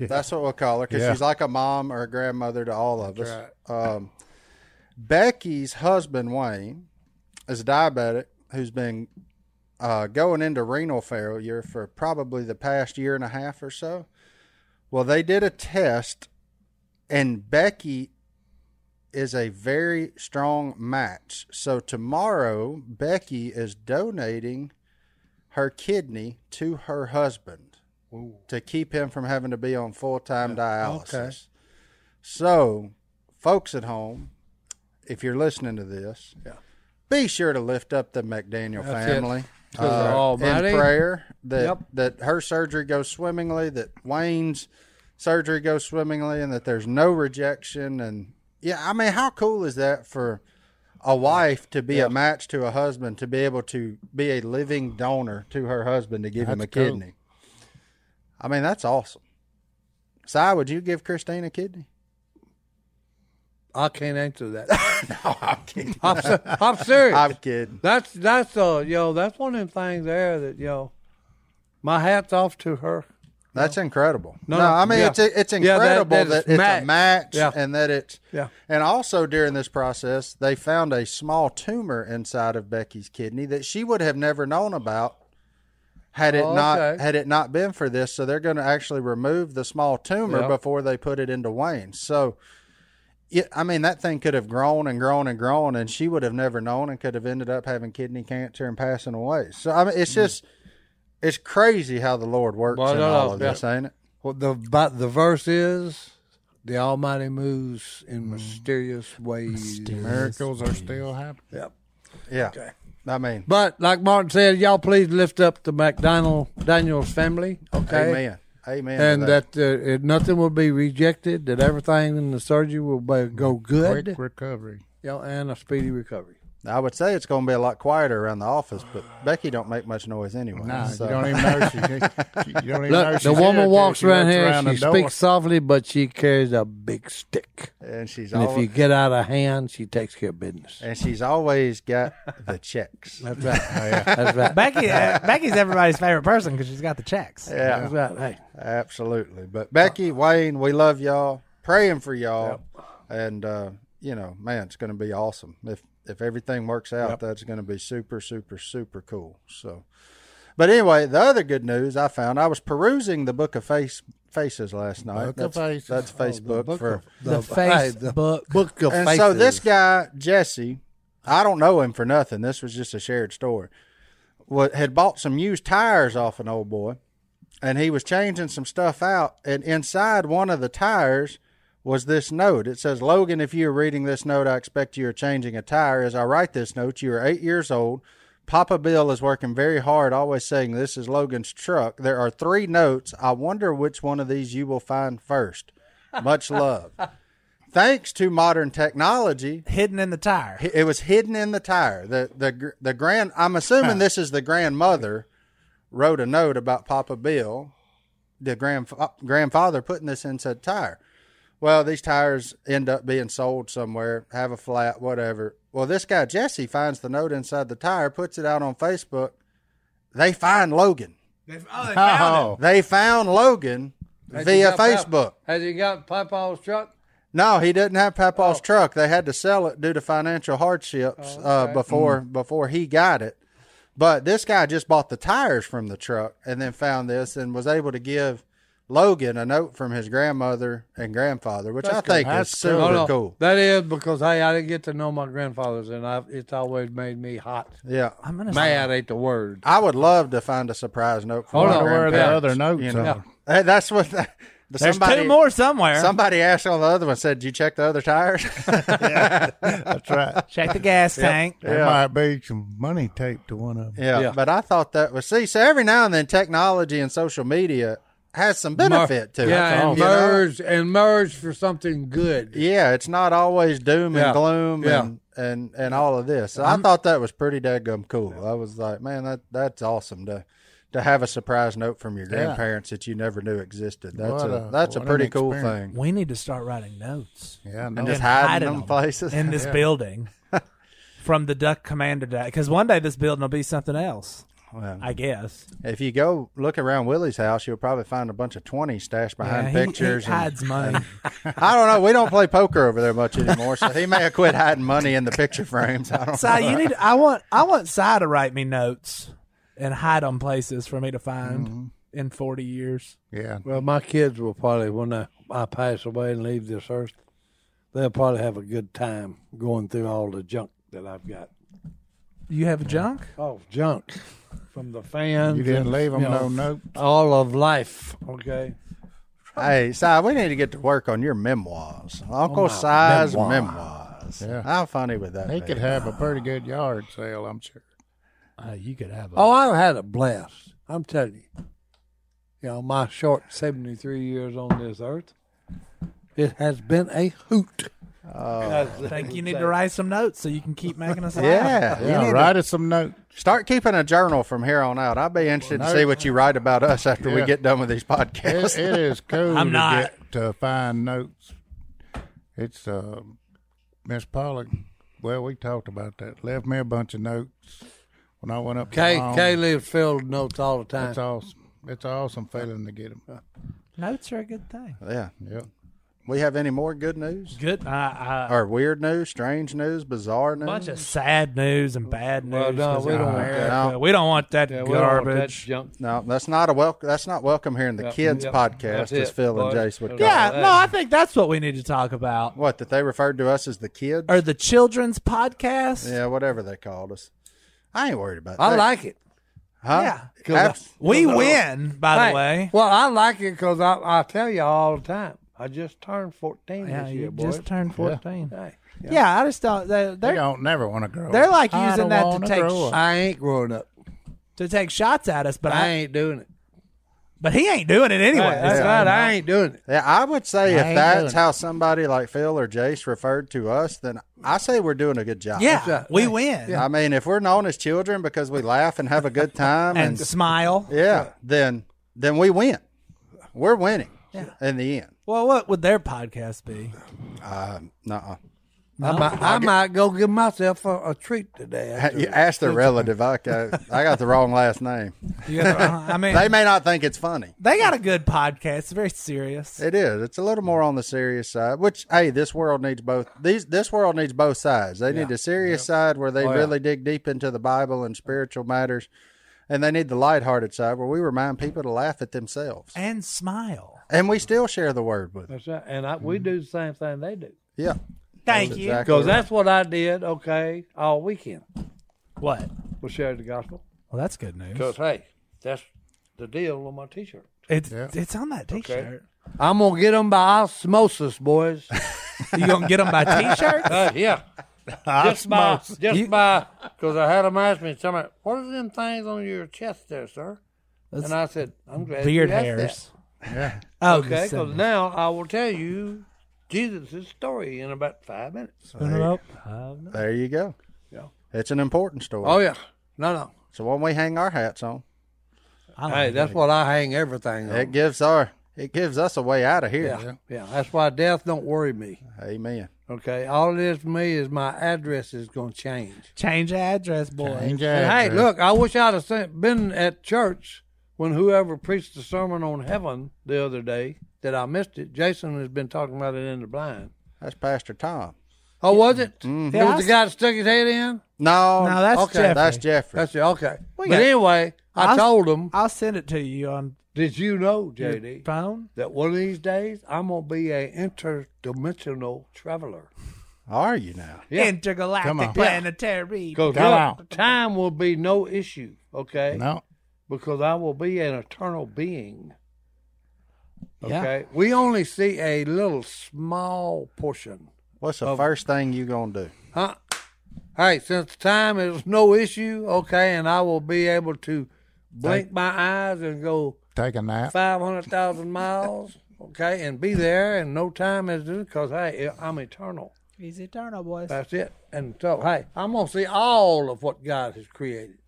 Speaker 2: That's what we'll call her because
Speaker 5: Yeah.
Speaker 2: she's like a mom or a grandmother to all of us. Um, Becky's husband Wayne is a diabetic who's been uh, going into renal failure for probably the past year and a half or so. Well, they did a test, and Becky is a very strong match. So tomorrow, Becky is donating her kidney to her husband to keep him from having to be on full time dialysis.
Speaker 5: Okay.
Speaker 2: So, folks at home, if you're listening to this, be sure to lift up the McDaniel
Speaker 3: That's it.
Speaker 2: family
Speaker 3: To the Almighty.
Speaker 2: Uh, in prayer that
Speaker 3: Oh, Yep.
Speaker 2: that her surgery goes swimmingly, that Wayne's surgery goes swimmingly, and that there's no rejection. And yeah, I mean, how cool is that for a wife to be a match to a husband to be able to be a living donor to her husband to give him a
Speaker 5: That's cool.
Speaker 2: kidney? I mean, that's awesome. Si, would you give Christine a kidney? (laughs)
Speaker 3: I can't answer that.
Speaker 2: No, I'm kidding.
Speaker 3: I'm, se- I'm serious.
Speaker 2: (laughs) I'm kidding.
Speaker 3: That's that's uh you know, that's one of them things there that you know my hat's off to her.
Speaker 2: That's incredible. No,
Speaker 3: No, no,
Speaker 2: I mean
Speaker 3: yeah.
Speaker 2: it's it's
Speaker 3: Yeah, that-
Speaker 2: incredible
Speaker 3: that is
Speaker 2: that, it's a
Speaker 3: match.
Speaker 2: match
Speaker 3: Yeah.
Speaker 2: and that it's
Speaker 3: Yeah.
Speaker 2: And also during this process, they found a small tumor inside of Becky's kidney that she would have never known about had it
Speaker 3: Oh,
Speaker 2: not
Speaker 3: okay.
Speaker 2: had it not been for this. So they're going to actually remove the small tumor
Speaker 3: Yeah.
Speaker 2: before they put it into Wayne. So. It, I mean, that thing could have grown and grown and grown, and she would have never known, and could have ended up having kidney cancer and passing away. So, I mean, it's just, it's crazy how the Lord works
Speaker 3: Hmm. Well,
Speaker 2: in
Speaker 3: no, no,
Speaker 2: all of
Speaker 3: yeah.
Speaker 2: this, ain't it?
Speaker 3: Well the but the verse is the Almighty moves in mysterious ways.
Speaker 5: Miracles are still happening.
Speaker 3: Yep.
Speaker 2: Yeah. I mean,
Speaker 3: But like Martin said, y'all please lift up the McDonald Daniels family. Okay.
Speaker 2: amen. Amen. to
Speaker 3: And that, uh, it, nothing will be rejected, that everything in the surgery will be, go good,
Speaker 5: Quick recovery.
Speaker 3: you know, and a speedy recovery.
Speaker 2: I would say it's going to be a lot quieter around the office, but Becky don't make much noise anyway.
Speaker 5: Nah,
Speaker 2: so-
Speaker 3: (laughs)
Speaker 5: you
Speaker 3: e-
Speaker 5: don't even know she. you don't even know
Speaker 3: Look,
Speaker 5: she's
Speaker 3: the
Speaker 5: here
Speaker 3: woman
Speaker 5: till
Speaker 3: walks
Speaker 5: she
Speaker 3: around
Speaker 5: looks
Speaker 3: here.
Speaker 5: around
Speaker 3: She
Speaker 5: the door.
Speaker 3: speaks softly, but she carries a big stick.
Speaker 2: and she's
Speaker 3: And if
Speaker 2: al-
Speaker 3: you get out of hand, she takes care of business.
Speaker 2: and she's always got the checks.
Speaker 3: That's right. Oh, (laughs) That's right.
Speaker 4: Becky, uh, Becky's everybody's favorite person because she's got the checks.
Speaker 2: Yeah,
Speaker 3: That's right. Hey,
Speaker 2: absolutely. But Becky, Wayne, we love y'all. Praying for y'all, and uh, you know, man, it's going to be awesome if if everything works out. That's going to be super, super, super cool. So, but anyway, the other good news I found I was perusing the book of face faces last night.
Speaker 5: Book
Speaker 2: that's
Speaker 5: of Faces.
Speaker 2: that's
Speaker 5: Oh, the
Speaker 2: Facebook
Speaker 5: Book
Speaker 2: for
Speaker 5: of-
Speaker 4: The
Speaker 3: hey, the
Speaker 4: Facebook.
Speaker 3: book of
Speaker 2: and
Speaker 3: faces.
Speaker 2: so this guy Jesse, I don't know him for nothing. This was just a shared story. What had bought some used tires off an old boy, and he was changing some stuff out, and inside one of the tires was this note. It says, "Logan, if you are reading this note, I expect you are changing a tire. As I write this note, you are eight years old." Papa Bill is working very hard, always saying, This is Logan's truck. There are three notes. I wonder which one of these you will find first. Much (laughs) love. Thanks to modern technology,
Speaker 4: Hidden in the tire.
Speaker 2: hi- it was hidden in the tire. The the gr- the grand. I'm assuming this is the grandmother wrote a note about Papa Bill, the grand grandfather putting this inside tire. Well, these tires end up being sold somewhere, have a flat, whatever. Well, this guy Jesse finds the note inside the tire, puts it out on Facebook. They find Logan.
Speaker 5: Oh,
Speaker 2: They found Logan via Facebook.
Speaker 3: Has he got Papa's truck?
Speaker 2: No, he didn't have
Speaker 5: Oh.
Speaker 2: Papa's truck. They had to sell it due to financial hardships uh, before before he got it. But this guy just bought the tires from the truck and then found this and was able to give Logan a note from his grandmother and grandfather, which I think is
Speaker 5: That's
Speaker 2: super
Speaker 5: cool.
Speaker 3: No, no,
Speaker 2: cool.
Speaker 3: That is because hey, I didn't get to know my grandfathers, and I, it's always made me hot.
Speaker 2: Yeah.
Speaker 4: I'm gonna
Speaker 3: Mad ain't the word.
Speaker 2: I would love to find a surprise note from
Speaker 3: Hold
Speaker 2: my
Speaker 3: on,
Speaker 5: Where the
Speaker 2: grandparents,
Speaker 5: other notes
Speaker 2: you know.
Speaker 5: are.
Speaker 2: Hey, that's what (laughs) the,
Speaker 4: There's
Speaker 2: somebody,
Speaker 4: two more somewhere.
Speaker 2: Somebody asked on the other one, said, Did you check the other tires?
Speaker 5: (laughs)
Speaker 2: (laughs)
Speaker 5: That's right.
Speaker 4: Check the gas tank.
Speaker 5: There might be some money taped to one of them.
Speaker 2: Yeah,
Speaker 3: Yeah.
Speaker 2: but I thought that was see. So every now and then, technology and social media has some benefit to it.
Speaker 3: Yeah, and
Speaker 2: you know?
Speaker 3: merge and merge for something good.
Speaker 2: Yeah, it's not always doom
Speaker 3: Yeah.
Speaker 2: and gloom
Speaker 3: Yeah.
Speaker 2: and, and and all of this. So I thought that was pretty dadgum cool. I was like, man, that that's awesome to to have a surprise note from your grandparents that you never knew existed. That's
Speaker 5: What
Speaker 2: a,
Speaker 5: a-
Speaker 2: that's a
Speaker 5: what an
Speaker 2: pretty cool
Speaker 5: experience.
Speaker 2: thing.
Speaker 4: We need to start writing notes
Speaker 5: Yeah, no.
Speaker 2: And just
Speaker 4: And hiding
Speaker 2: hiding them
Speaker 4: them.
Speaker 2: places. (laughs)
Speaker 4: in this building from the Duck Commander Day because one day this building will be something else.
Speaker 2: Well,
Speaker 4: I guess.
Speaker 2: if you go look around Willie's house, you'll probably find a bunch of twenty stashed behind
Speaker 4: Yeah, he-
Speaker 2: pictures.
Speaker 4: he,
Speaker 2: and- (laughs)
Speaker 4: hides money. (laughs)
Speaker 2: I don't know. We don't play poker over there much anymore, so he may have quit hiding money in the picture frames. I don't.
Speaker 4: Si, you need. I want. I want Si to write me notes and hide them places for me to find
Speaker 2: Mm-hmm.
Speaker 4: in forty years.
Speaker 5: yeah.
Speaker 3: Well, my kids will probably when I, I pass away and leave this earth, they'll probably have a good time going through all the junk that I've got.
Speaker 4: You have junk.
Speaker 3: Oh, junk from the fans.
Speaker 5: You didn't
Speaker 3: and,
Speaker 5: leave them
Speaker 3: you know,
Speaker 5: no note.
Speaker 3: All of life. Okay.
Speaker 2: Hey, Si, we need to get to work on your memoirs, Uncle
Speaker 3: my
Speaker 2: Si's memoirs.
Speaker 5: Yeah.
Speaker 2: How funny would that
Speaker 5: He
Speaker 2: be?
Speaker 5: could have a pretty good yard sale, I'm sure.
Speaker 4: you could have.
Speaker 3: Oh, I've had a blast. I'm telling you. You know, my short 73 years on this earth, it has been a hoot.
Speaker 4: I think you need to write some notes so you can keep
Speaker 3: (laughs)
Speaker 4: making us. laugh.
Speaker 2: yeah, you
Speaker 5: Yeah,
Speaker 2: need to
Speaker 5: write us some notes.
Speaker 2: start keeping a journal from here on out. I'd be interested to see what you write about us after we
Speaker 5: Yeah.
Speaker 2: get done with these podcasts.
Speaker 5: It, it is cool
Speaker 4: I'm
Speaker 5: to
Speaker 4: not.
Speaker 5: get to find notes. It's uh, Miss Pollock. Well, we talked about that. Left me a bunch of notes when I went up. to
Speaker 3: Kay,
Speaker 5: Rome.
Speaker 3: Kay leaves filled notes Um, all the time.
Speaker 5: It's awesome. It's an awesome feeling to get them.
Speaker 4: notes are a good thing.
Speaker 2: yeah.
Speaker 5: Yeah.
Speaker 2: We have any more good news
Speaker 4: Good. I, I,
Speaker 2: or weird news, strange news, bizarre news?
Speaker 4: bunch of sad news and bad news.
Speaker 3: Well, no,
Speaker 4: 'cause
Speaker 3: we
Speaker 4: of
Speaker 3: don't want
Speaker 4: America.
Speaker 2: that.
Speaker 4: We don't want that
Speaker 6: Yeah, we don't want that
Speaker 4: garbage.
Speaker 6: junk.
Speaker 2: no, that's not a wel- That's not welcome here in the
Speaker 6: Yeah,
Speaker 2: kids
Speaker 6: yeah,
Speaker 2: podcast.
Speaker 6: that's
Speaker 2: As
Speaker 6: it,
Speaker 2: Phil and
Speaker 6: boys.
Speaker 2: Jace would call.
Speaker 4: yeah.
Speaker 6: that.
Speaker 4: No, I think that's what we need to talk about.
Speaker 2: What that they referred to us as the kids?
Speaker 4: Or the children's podcast.
Speaker 2: Yeah, whatever they called us. I ain't worried about that.
Speaker 3: I like it.
Speaker 2: huh?
Speaker 4: Yeah.
Speaker 2: Abs-
Speaker 4: We win, by
Speaker 3: Hey,
Speaker 4: the way.
Speaker 3: Well, I like it because I, I tell you all the time. I just turned 14
Speaker 4: Yeah,
Speaker 3: this
Speaker 4: you
Speaker 3: year, boys.
Speaker 4: just turned 14. Yeah,
Speaker 3: Hey,
Speaker 4: I just don't. They,
Speaker 5: They
Speaker 4: they're
Speaker 5: don't never want to grow.
Speaker 4: they're
Speaker 5: up.
Speaker 4: like
Speaker 5: I
Speaker 4: using
Speaker 5: don't
Speaker 4: that to
Speaker 5: wanna
Speaker 4: take
Speaker 5: grow up.
Speaker 3: I ain't growing up.
Speaker 4: to take shots at us, but
Speaker 3: I
Speaker 4: I,
Speaker 3: ain't doing it.
Speaker 4: but he ain't doing it anyway.
Speaker 3: Hey, that's
Speaker 4: so-
Speaker 3: right. I ain't doing it.
Speaker 2: Yeah, I would say if
Speaker 5: ain't doing
Speaker 2: that's
Speaker 5: it.
Speaker 2: how somebody like Phil or Jace referred to us, then I say we're doing a good job.
Speaker 4: yeah,
Speaker 3: right.
Speaker 4: we win
Speaker 2: I mean, if we're known as children because we laugh and have a good time
Speaker 4: and
Speaker 2: and,
Speaker 4: smile.
Speaker 2: yeah, then then we win. We're winning in the end.
Speaker 4: Well, what would their podcast be?
Speaker 2: Nuh-uh.
Speaker 3: I, might, I might go give myself a, a treat today. after
Speaker 2: You
Speaker 3: this.
Speaker 2: asked a relative. I got, I got the wrong last name.
Speaker 3: (laughs)
Speaker 4: You gotta- I mean,
Speaker 2: They
Speaker 4: they,
Speaker 2: may not think it's funny.
Speaker 4: got a good podcast. It's very serious.
Speaker 2: It is. It's a little more on the serious side. Which, hey, this world needs both. These this world needs both sides. They need the serious side where
Speaker 3: Oh,
Speaker 2: they really dig deep into the Bible and spiritual matters, and they need the lighthearted side where we remind people to laugh at themselves.
Speaker 4: and smile.
Speaker 2: And we still share the word with them.
Speaker 3: That's right. And I, we do the same thing they do.
Speaker 2: Yeah,
Speaker 4: Thank
Speaker 2: That's
Speaker 4: you.
Speaker 2: exactly
Speaker 3: Because
Speaker 2: right.
Speaker 3: that's what I did, okay, all weekend.
Speaker 4: What?
Speaker 3: We shared the gospel.
Speaker 4: Well, that's good news.
Speaker 3: Because, hey, that's the deal with my t shirt.
Speaker 4: It's it's on that T-shirt.
Speaker 3: I'm going to get them by osmosis, (laughs) boys.
Speaker 4: You gonna get
Speaker 3: (laughs)
Speaker 4: them by T-shirts?
Speaker 3: Uh, yeah. just by, just by, because I had them ask me, tell me, what are them things on your chest there, sir?
Speaker 4: That's
Speaker 3: and I said, I'm glad
Speaker 4: Beard
Speaker 3: you asked
Speaker 4: hairs.
Speaker 5: Yeah.
Speaker 4: Oh,
Speaker 3: That. Okay,
Speaker 4: just send
Speaker 3: because
Speaker 4: it.
Speaker 3: now I will tell you Jesus' story in about five minutes.
Speaker 4: Send it up.
Speaker 2: there you go.
Speaker 3: Yeah.
Speaker 2: It's an important story.
Speaker 3: Oh, yeah. No, no.
Speaker 2: It's the one we hang our hats on.
Speaker 4: I don't
Speaker 3: Hey,
Speaker 4: know.
Speaker 3: that's what I hang everything on.
Speaker 2: It gives our it gives us a way out of here.
Speaker 3: Yeah, yeah. That's why death don't worry me.
Speaker 2: Amen.
Speaker 3: Okay, all it is for me is my address is going to change.
Speaker 4: Change your address, boy.
Speaker 5: Ain't
Speaker 3: And
Speaker 5: that
Speaker 3: hey,
Speaker 5: true?
Speaker 3: look, I wish I'd have sent, been at church when whoever preached the sermon on heaven the other day that I missed it. Jason has been talking about it in the blind.
Speaker 2: That's Pastor Tom.
Speaker 3: Oh, was it? It
Speaker 4: Mm-hmm. Yeah, I
Speaker 3: was
Speaker 4: s-
Speaker 3: the guy that stuck his head in.
Speaker 2: No,
Speaker 4: No, that's
Speaker 2: okay, that's
Speaker 4: Jeffrey.
Speaker 2: Jeffrey.
Speaker 3: That's it. Okay, but
Speaker 4: got-
Speaker 3: anyway, I,
Speaker 4: I'll-
Speaker 3: told him.
Speaker 4: I'll send it to you on
Speaker 3: Did you know,
Speaker 4: Your
Speaker 3: JD,
Speaker 4: phone?
Speaker 3: that one of these days I'm gonna be a interdimensional traveler?
Speaker 2: Are you now?
Speaker 3: Yeah.
Speaker 5: Come
Speaker 4: Intergalactic
Speaker 5: on.
Speaker 4: planetary.
Speaker 3: Because
Speaker 5: Come on.
Speaker 3: time will be no issue, okay?
Speaker 5: No.
Speaker 3: Because I will be an eternal being.
Speaker 4: Yeah.
Speaker 3: Okay. We only see a little small portion.
Speaker 2: What's
Speaker 3: Oh.
Speaker 2: the first thing you gonna do?
Speaker 3: Huh? All right, since time is no issue, okay, and I will be able to blink my eyes and go
Speaker 5: Take a nap.
Speaker 3: five hundred thousand miles, okay, and be there, and no time is due because hey, I'm eternal.
Speaker 4: He's eternal, boys.
Speaker 3: That's it. And so, hey, I'm gonna see all of what God has created.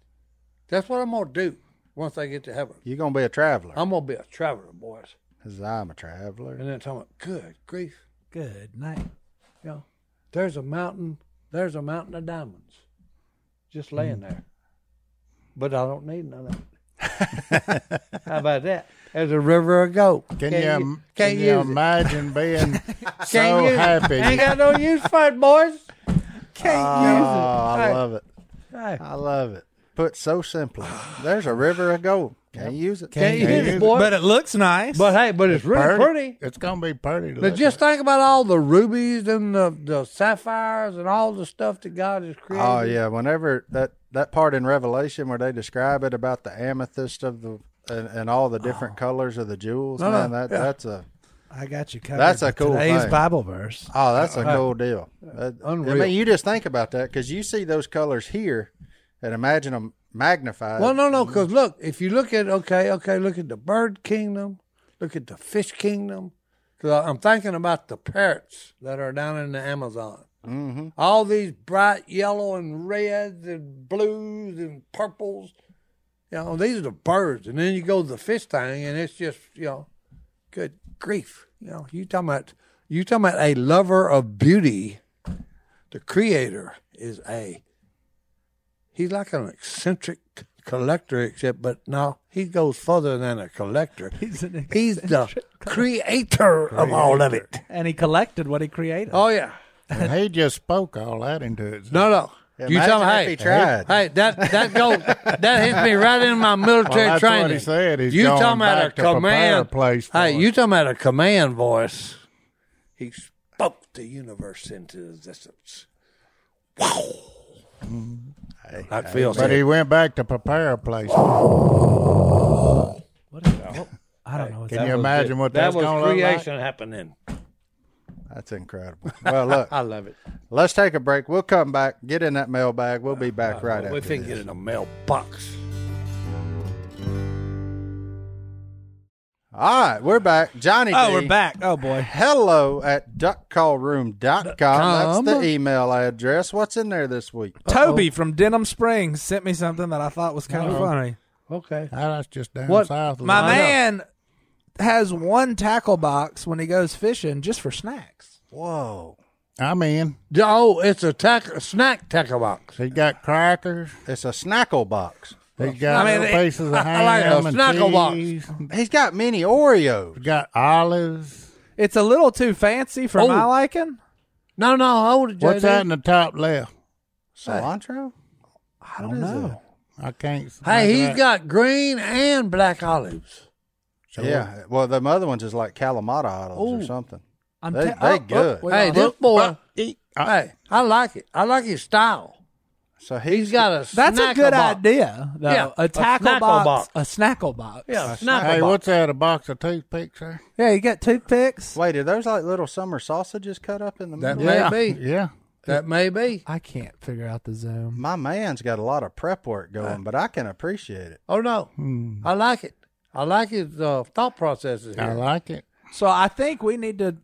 Speaker 3: That's what I'm gonna do once I get to heaven.
Speaker 2: You gonna be a traveler?
Speaker 3: I'm gonna be a traveler, boys.
Speaker 2: 'Cause I'm a traveler.
Speaker 3: And then tell me, good grief,
Speaker 4: Good night.
Speaker 3: you know, there's a mountain, there's a mountain of diamonds, just laying
Speaker 5: Mm.
Speaker 3: there. But I don't need none of it.
Speaker 5: (laughs)
Speaker 3: How about that? There's a river of gold.
Speaker 5: Can
Speaker 3: Can't
Speaker 5: you,
Speaker 3: u-
Speaker 5: im-
Speaker 3: can't
Speaker 5: can you um,
Speaker 3: use it.
Speaker 5: imagine being
Speaker 3: (laughs) Can't
Speaker 5: so
Speaker 3: use it. Ain't
Speaker 5: happy?
Speaker 3: got no use for it, boys. Can't
Speaker 2: Oh,
Speaker 3: use it.
Speaker 2: I
Speaker 3: Hey,
Speaker 2: love it.
Speaker 3: hey.
Speaker 2: I love it. Put
Speaker 3: (sighs)
Speaker 2: so simply, there's a river of gold. Can't use it.
Speaker 3: Can't use it, boy.
Speaker 4: But it looks nice.
Speaker 3: But hey, but it's really
Speaker 5: Pretty.
Speaker 3: pretty.
Speaker 5: It's gonna be pretty. to
Speaker 3: But
Speaker 5: look
Speaker 3: just
Speaker 5: at.
Speaker 3: think about all the rubies and the, the sapphires and all the stuff that God has created.
Speaker 2: Oh yeah, whenever that that part in Revelation where they describe it about the amethyst of the and, and all the different colors of the jewels,
Speaker 3: Oh. No, no,
Speaker 2: man, that that's a
Speaker 4: I got you covered.
Speaker 2: That's a
Speaker 4: with
Speaker 2: cool
Speaker 4: Today's
Speaker 2: thing.
Speaker 4: Bible verse. (laughs)
Speaker 2: oh, that's a cool deal. That- I
Speaker 3: Unreal.
Speaker 2: mean, you just think about that because you see those colors here, and imagine them magnified.
Speaker 3: Well, no, no, because look, if you look at okay, okay, look at the bird kingdom, look at the fish kingdom. Because I'm thinking about the parrots that are down in the Amazon. Mm-hmm. All these bright yellow and reds and blues and purples. You know, these are the birds, and then you go to the fish thing, and it's just you know, good grief. You know, you talking about you talking about a lover of beauty. The creator is a he's like an eccentric collector, except but no, he goes further than a collector.
Speaker 4: He's an
Speaker 3: He's the creator of all of it.
Speaker 4: And he collected what he created.
Speaker 3: Oh yeah,
Speaker 5: And he just spoke all that into it.
Speaker 3: no, no. you
Speaker 2: Imagine
Speaker 3: tell me,
Speaker 2: if
Speaker 3: hey,
Speaker 2: he tried.
Speaker 3: hey, that that goes that hits me right in my military
Speaker 5: Well, that's what
Speaker 3: training.
Speaker 5: he said. He's
Speaker 3: you
Speaker 5: going
Speaker 3: talking about a
Speaker 5: back to prepare
Speaker 3: command
Speaker 5: a place for
Speaker 3: Hey,
Speaker 5: it.
Speaker 3: you talking about a command voice? He spoke the universe into existence. Wow. that feels
Speaker 5: But he went back to prepare a place. Can
Speaker 4: What is- what- I don't know. What's
Speaker 5: you
Speaker 4: that.
Speaker 5: imagine what
Speaker 3: that
Speaker 5: that's
Speaker 3: was
Speaker 5: gonna look like?
Speaker 3: creation happening.
Speaker 2: that's
Speaker 3: (laughs)
Speaker 2: incredible. Well, look,
Speaker 3: I love it.
Speaker 2: let's take a break. We'll come back. Get in that mailbag. We'll be back right
Speaker 3: we
Speaker 2: after.
Speaker 3: can
Speaker 2: This.
Speaker 3: get in a mailbox.
Speaker 2: All right, we're back. Johnny.
Speaker 4: Oh,
Speaker 2: D,
Speaker 4: we're back. Oh boy.
Speaker 2: Hello at duckcallroom.com. That's the email address. What's in there this week?
Speaker 4: Toby from Denham Springs sent me something that I thought was kind of funny.
Speaker 3: Okay.
Speaker 5: Ah, that's just down
Speaker 3: What-
Speaker 5: south. a
Speaker 4: My
Speaker 5: little.
Speaker 4: man has one tackle box when he goes fishing just for snacks.
Speaker 2: Whoa.
Speaker 5: I'm in.
Speaker 3: Oh, it's a tack a snack tackle box.
Speaker 5: He got crackers.
Speaker 2: It's a snackle box.
Speaker 5: He got
Speaker 3: I mean,
Speaker 5: little
Speaker 3: it-
Speaker 5: pieces of
Speaker 3: I like a
Speaker 5: ham and
Speaker 3: snackle box.
Speaker 5: cheese.
Speaker 2: He's got mini Oreos.
Speaker 5: He got olives.
Speaker 4: It's a little too fancy for
Speaker 3: Oh.
Speaker 4: my liking.
Speaker 3: No, no, hold it,
Speaker 5: What's
Speaker 3: JD.
Speaker 5: that in the top left?
Speaker 2: Cilantro?
Speaker 4: I don't know.
Speaker 5: I can't. s-
Speaker 3: Hey,
Speaker 5: make it
Speaker 3: he's
Speaker 5: out.
Speaker 3: got green and black olives.
Speaker 2: Yeah. Well, them other ones is like Kalamata olives or something.
Speaker 4: I'm
Speaker 2: They-
Speaker 4: ta- oh,
Speaker 2: they good.
Speaker 4: wait,
Speaker 3: hey,
Speaker 4: hold
Speaker 3: this
Speaker 4: on.
Speaker 3: boy.
Speaker 5: Eat.
Speaker 3: hey, I like it. I like his style.
Speaker 2: So
Speaker 3: He's got a.
Speaker 4: that's a
Speaker 3: snack
Speaker 4: good
Speaker 3: box.
Speaker 4: idea. Though.
Speaker 3: Yeah, a
Speaker 4: a tackle
Speaker 3: snackle box.
Speaker 4: box, a snackle box.
Speaker 3: Yeah, a snack
Speaker 5: Hey,
Speaker 3: box.
Speaker 5: what's that? A box of toothpicks there?
Speaker 4: yeah. You got toothpicks.
Speaker 2: Wait, are those like little summer sausages cut up in the
Speaker 3: That
Speaker 2: middle?
Speaker 3: may
Speaker 5: yeah.
Speaker 3: be.
Speaker 5: (laughs) Yeah.
Speaker 3: That may be.
Speaker 4: I can't figure out the zoom.
Speaker 2: My man's got a lot of prep work going, but I can appreciate it.
Speaker 3: Oh no, I like it. I like his uh, thought processes.
Speaker 5: I
Speaker 3: Here.
Speaker 5: like it.
Speaker 4: So I think we need to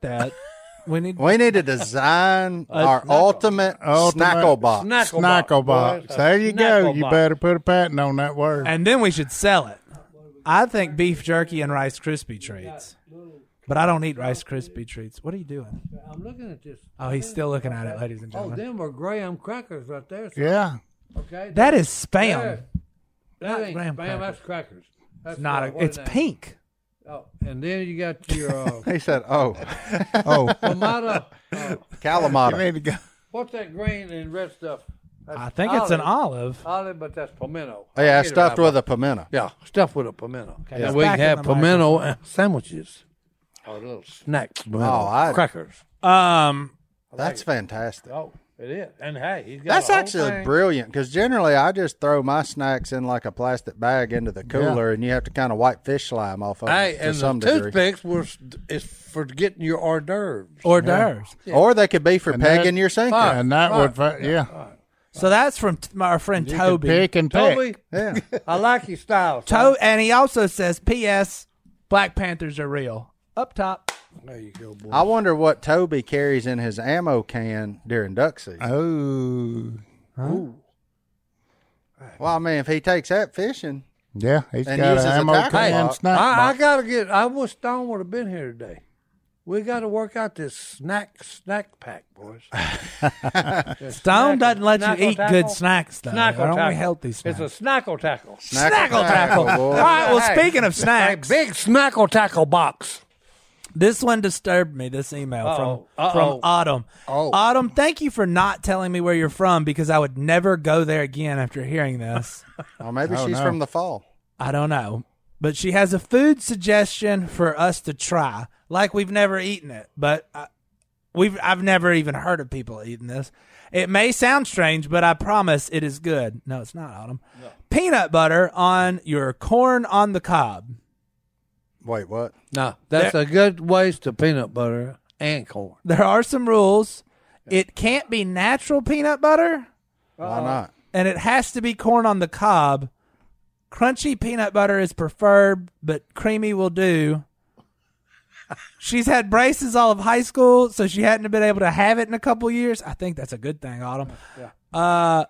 Speaker 5: (laughs)
Speaker 4: that. we need.
Speaker 2: We need to design our ultimate,
Speaker 5: Ultimate
Speaker 2: snackle box.
Speaker 3: Snackle box,
Speaker 5: Snackle box.
Speaker 3: boy. A
Speaker 5: There you go.
Speaker 3: snackle
Speaker 5: You
Speaker 3: box.
Speaker 5: better put a patent on that word.
Speaker 4: And then we should sell it. I think beef jerky and Rice Krispie treats. But I don't eat Rice Krispie treats. What are you doing?
Speaker 3: I'm looking at this.
Speaker 4: Oh, he's still looking at it, ladies and
Speaker 3: Oh,
Speaker 4: gentlemen.
Speaker 3: them are graham crackers right there. son.
Speaker 5: Yeah.
Speaker 3: Okay.
Speaker 4: That is spam.
Speaker 3: There. That
Speaker 4: Not
Speaker 3: ain't
Speaker 4: graham
Speaker 3: graham
Speaker 4: crackers.
Speaker 3: That's crackers. That's
Speaker 4: It's not.
Speaker 3: uh,
Speaker 4: A,
Speaker 3: what
Speaker 4: it's
Speaker 3: are they?
Speaker 4: pink.
Speaker 3: Oh, and then you got your uh, (laughs)
Speaker 2: He said, (laughs) oh,
Speaker 5: Oh,
Speaker 3: tomato. uh,
Speaker 2: Kalamata.
Speaker 5: you need to go.
Speaker 3: what's that green and red stuff?
Speaker 4: I think it's an olive.
Speaker 3: Olive, but that's pimento.
Speaker 2: Oh, yeah,
Speaker 3: I'll
Speaker 2: I
Speaker 3: get it
Speaker 2: stuffed
Speaker 3: right.
Speaker 2: with a pimento.
Speaker 3: Yeah, stuffed with a pimento.
Speaker 4: Okay,
Speaker 3: And
Speaker 4: it's
Speaker 3: we
Speaker 4: back
Speaker 3: can
Speaker 4: in
Speaker 3: have
Speaker 4: the
Speaker 3: pimento uh, sandwiches. Or little snacks.
Speaker 2: Oh, I-
Speaker 3: crackers.
Speaker 4: Um,
Speaker 2: That's fantastic.
Speaker 3: Oh, it is. And hey, he's got
Speaker 2: That's
Speaker 3: a whole
Speaker 2: actually
Speaker 3: thing.
Speaker 2: brilliant because generally I just throw my snacks in like a plastic bag into the cooler, and you have to kind of wipe fish slime off of
Speaker 3: Hey,
Speaker 2: it to
Speaker 3: and
Speaker 2: some
Speaker 3: the
Speaker 2: degree.
Speaker 3: toothpicks were is for getting your hors d'oeuvres.
Speaker 4: hors d'oeuvres.
Speaker 2: Or they could be for
Speaker 5: that-
Speaker 2: pegging your sinker.
Speaker 3: Fine.
Speaker 5: And that
Speaker 3: Right.
Speaker 5: would, fi- yeah.
Speaker 4: So that's from t- my friend
Speaker 5: You can
Speaker 4: Toby.
Speaker 5: Pick and pick.
Speaker 3: Toby,
Speaker 2: Yeah,
Speaker 3: (laughs) I like your style. son.
Speaker 4: To- and he also says, "P.S. Black Panthers are real." Up top.
Speaker 3: There you go, boy.
Speaker 2: I wonder what Toby carries in his ammo can during duck season.
Speaker 5: Oh,
Speaker 2: well, I mean, if he takes that fishing,
Speaker 5: yeah. He's
Speaker 2: And
Speaker 5: got
Speaker 2: uses
Speaker 5: an
Speaker 2: a
Speaker 5: ammo
Speaker 2: tackle
Speaker 5: can
Speaker 2: box.
Speaker 5: snack
Speaker 3: I, I
Speaker 5: box.
Speaker 3: gotta get. I wish Stone would have been here today. We got to work out this snack snack pack, boys.
Speaker 4: Stone doesn't let you
Speaker 3: Snackle
Speaker 4: eat
Speaker 3: tackle?
Speaker 4: good snacks though.
Speaker 3: Snackle
Speaker 4: They're
Speaker 3: tackle.
Speaker 4: only healthy snacks.
Speaker 3: It's a snackle tackle.
Speaker 2: snack
Speaker 4: Snackle tackle. All
Speaker 2: boy.
Speaker 4: right. Well,
Speaker 3: Hey.
Speaker 4: speaking of
Speaker 3: A
Speaker 4: snacks,
Speaker 3: big snackle tackle box.
Speaker 4: this one disturbed me. This email
Speaker 3: Uh-oh.
Speaker 4: from
Speaker 3: Uh-oh.
Speaker 4: from Autumn.
Speaker 3: Oh.
Speaker 4: Autumn, thank you for not telling me where you're from because I would never go there again after
Speaker 3: (laughs)
Speaker 4: hearing this.
Speaker 2: Or maybe she's
Speaker 5: no.
Speaker 2: from the fall.
Speaker 4: I don't know. But she has a food suggestion for us to try, like we've never eaten it, but I, we've I've never even heard of people eating this. It may sound strange, but I promise it is good. No, it's not, Autumn. Peanut butter on your corn on the cob.
Speaker 2: Wait, what?
Speaker 3: No, that's a good waste of peanut butter and corn.
Speaker 4: There are some rules. It can't be natural peanut butter,
Speaker 2: Why not?
Speaker 4: and it has to be corn on the cob. Crunchy peanut butter is preferred, but creamy will do. She's had braces all of high school, so she hadn't been able to have it in a couple years. I think that's a good thing, Autumn. Uh,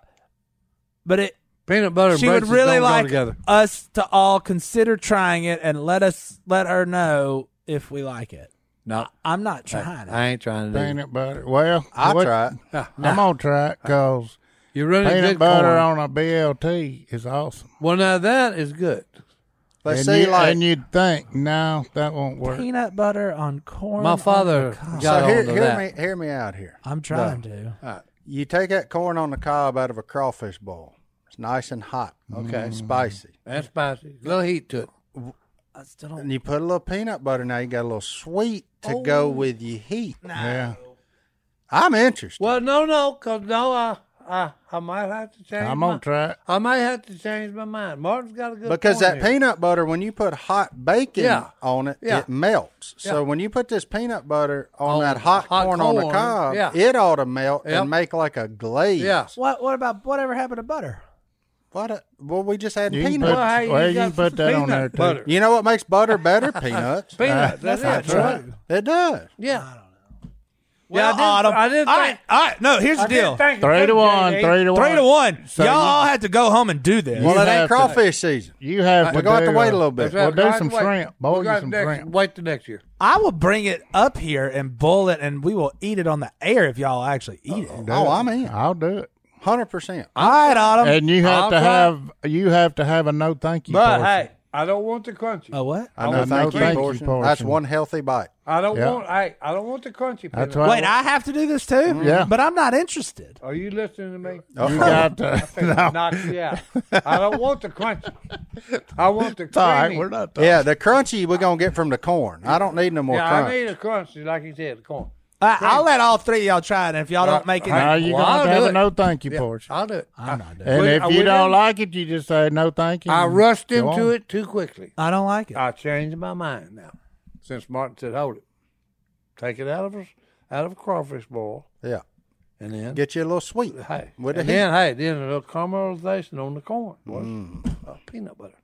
Speaker 4: but it
Speaker 3: Peanut butter. and
Speaker 4: she would
Speaker 3: braces
Speaker 4: really
Speaker 3: don't go
Speaker 4: like
Speaker 3: together.
Speaker 4: us to all consider trying it and let us let her know if we like it.
Speaker 3: No,
Speaker 4: I'm not trying it.
Speaker 3: I ain't trying to. do it.
Speaker 5: Peanut butter. Well,
Speaker 2: I'll
Speaker 5: what-
Speaker 2: try it.
Speaker 5: I'm gonna try it because
Speaker 3: You're really
Speaker 5: peanut
Speaker 3: good
Speaker 5: butter
Speaker 3: corn.
Speaker 5: on a BLT is awesome.
Speaker 3: Well, now that is good.
Speaker 2: But
Speaker 5: and
Speaker 2: see,
Speaker 5: you,
Speaker 2: like,
Speaker 5: and you'd think, no, that won't work.
Speaker 4: Peanut butter on corn.
Speaker 3: My
Speaker 4: on
Speaker 3: father
Speaker 4: the cob.
Speaker 3: got
Speaker 2: so here,
Speaker 3: onto
Speaker 2: hear
Speaker 3: that.
Speaker 2: me, hear me out here.
Speaker 4: I'm trying to.
Speaker 2: You take that corn on the cob out of a crawfish bowl. It's nice and hot.
Speaker 3: Okay.
Speaker 2: Spicy.
Speaker 3: That's spicy. A little heat to it.
Speaker 4: I still don't.
Speaker 2: And you put a little peanut butter now, you got a little sweet to
Speaker 3: Oh.
Speaker 2: go with your heat.
Speaker 5: Yeah,
Speaker 2: I'm interested.
Speaker 3: Well, no, no, cause no, I, I, I might have to change.
Speaker 5: I'm
Speaker 3: my,
Speaker 5: gonna try it.
Speaker 3: I might have to change my mind. Martin's got a good
Speaker 2: Because
Speaker 3: point
Speaker 2: that
Speaker 3: here.
Speaker 2: peanut butter, when you put hot bacon
Speaker 3: Yeah.
Speaker 2: on it,
Speaker 3: Yeah.
Speaker 2: it melts. So
Speaker 3: Yeah.
Speaker 2: when you put this peanut butter on
Speaker 3: On
Speaker 2: that hot,
Speaker 3: hot
Speaker 2: corn, on the
Speaker 3: corn,
Speaker 2: cob,
Speaker 3: yeah.
Speaker 2: it ought to melt
Speaker 3: Yep.
Speaker 2: and make like a glaze.
Speaker 3: Yeah.
Speaker 4: What? What about whatever happened to butter?
Speaker 2: What? A, well, we just had
Speaker 5: You can
Speaker 2: peanut.
Speaker 5: put-
Speaker 3: Well, hey,
Speaker 5: Well, you
Speaker 3: got
Speaker 5: can put
Speaker 3: some
Speaker 5: that on
Speaker 3: peanut
Speaker 5: there, too.
Speaker 3: Butter.
Speaker 2: You know what makes butter
Speaker 3: (laughs)
Speaker 2: better? Peanuts.
Speaker 3: Peanuts.
Speaker 5: Uh,
Speaker 3: that's it.
Speaker 2: It does.
Speaker 3: Yeah.
Speaker 4: Well,
Speaker 3: I didn't- I didn't
Speaker 4: All
Speaker 3: think-
Speaker 4: right, all right. No, here's the
Speaker 3: I didn't
Speaker 4: deal.
Speaker 3: think it
Speaker 5: Three
Speaker 3: was
Speaker 5: to one,
Speaker 3: JD.
Speaker 5: three to one.
Speaker 4: Three to one.
Speaker 5: So
Speaker 4: Y'all
Speaker 5: you-
Speaker 4: all had to go home and do this.
Speaker 5: You
Speaker 2: Well, it
Speaker 5: have
Speaker 2: ain't
Speaker 5: to-
Speaker 2: crawfish season.
Speaker 5: You have to.
Speaker 2: We're gonna have
Speaker 5: do
Speaker 2: to wait a little bit.
Speaker 3: That's right.
Speaker 5: Well, do
Speaker 3: We'll have
Speaker 5: some
Speaker 3: to wait.
Speaker 5: shrimp. Boil
Speaker 3: We'll
Speaker 5: you
Speaker 3: have
Speaker 5: some
Speaker 3: next-
Speaker 5: shrimp.
Speaker 3: Wait the next year.
Speaker 4: I will bring it up here and boil it, and we will eat it on the air if y'all actually eat it.
Speaker 2: Oh, I'm in.
Speaker 5: I'll do it.
Speaker 2: Hundred percent.
Speaker 4: All right, Autumn.
Speaker 5: And you have
Speaker 3: Um, I'll
Speaker 5: to
Speaker 3: try it.
Speaker 5: have you have to have a no thank you.
Speaker 3: But
Speaker 5: portion.
Speaker 3: hey, I don't want the crunchy.
Speaker 4: oh, what?
Speaker 2: I
Speaker 5: I
Speaker 2: know.
Speaker 5: know,
Speaker 2: Thank you,
Speaker 5: thank you,
Speaker 2: portion.
Speaker 5: portion.
Speaker 2: That's one healthy bite.
Speaker 3: I don't
Speaker 5: Yeah.
Speaker 3: want. I I don't want the crunchy.
Speaker 5: That's
Speaker 3: peanut.
Speaker 5: why-
Speaker 4: Wait, I have to do this too.
Speaker 5: Mm-hmm. Yeah.
Speaker 4: but I'm not interested.
Speaker 3: Are you listening to me?
Speaker 5: you
Speaker 3: (laughs)
Speaker 5: got to. No.
Speaker 3: Knock you out. I don't want the crunchy. I want the
Speaker 5: (laughs) (laughs) It's all right,
Speaker 3: creamy.
Speaker 5: we're not talking.
Speaker 2: Yeah, the crunchy we're gonna get from the corn. I don't need no more
Speaker 3: yeah,
Speaker 2: crunch.
Speaker 3: I need a crunchy, like you said, the corn.
Speaker 4: I, I'll let all three of y'all try it, and if y'all don't
Speaker 3: Uh,
Speaker 4: make it,
Speaker 5: Now you're
Speaker 3: Well,
Speaker 5: gonna
Speaker 3: I'll
Speaker 5: have
Speaker 3: do
Speaker 5: a
Speaker 3: it.
Speaker 5: no thank you
Speaker 3: Yeah,
Speaker 5: portion.
Speaker 3: I'll do it.
Speaker 4: I'm not doing. it.
Speaker 5: And
Speaker 3: We-
Speaker 5: if
Speaker 3: I-
Speaker 5: you
Speaker 3: we
Speaker 5: don't
Speaker 3: didn't-
Speaker 5: like it, you just say no thank you.
Speaker 3: I
Speaker 5: and
Speaker 3: rushed
Speaker 5: go
Speaker 3: into
Speaker 5: on.
Speaker 3: it too quickly.
Speaker 4: I don't like it.
Speaker 3: I changed my mind now. Since Martin said, "Hold it, take it out of us, out of a crawfish boil,
Speaker 2: Yeah,
Speaker 3: and then
Speaker 2: get you a little sweet.
Speaker 3: hey,
Speaker 2: with the
Speaker 3: and
Speaker 2: heat.
Speaker 3: then hey, then a little caramelization on the corn, boys.
Speaker 5: Mm.
Speaker 3: Uh, peanut butter.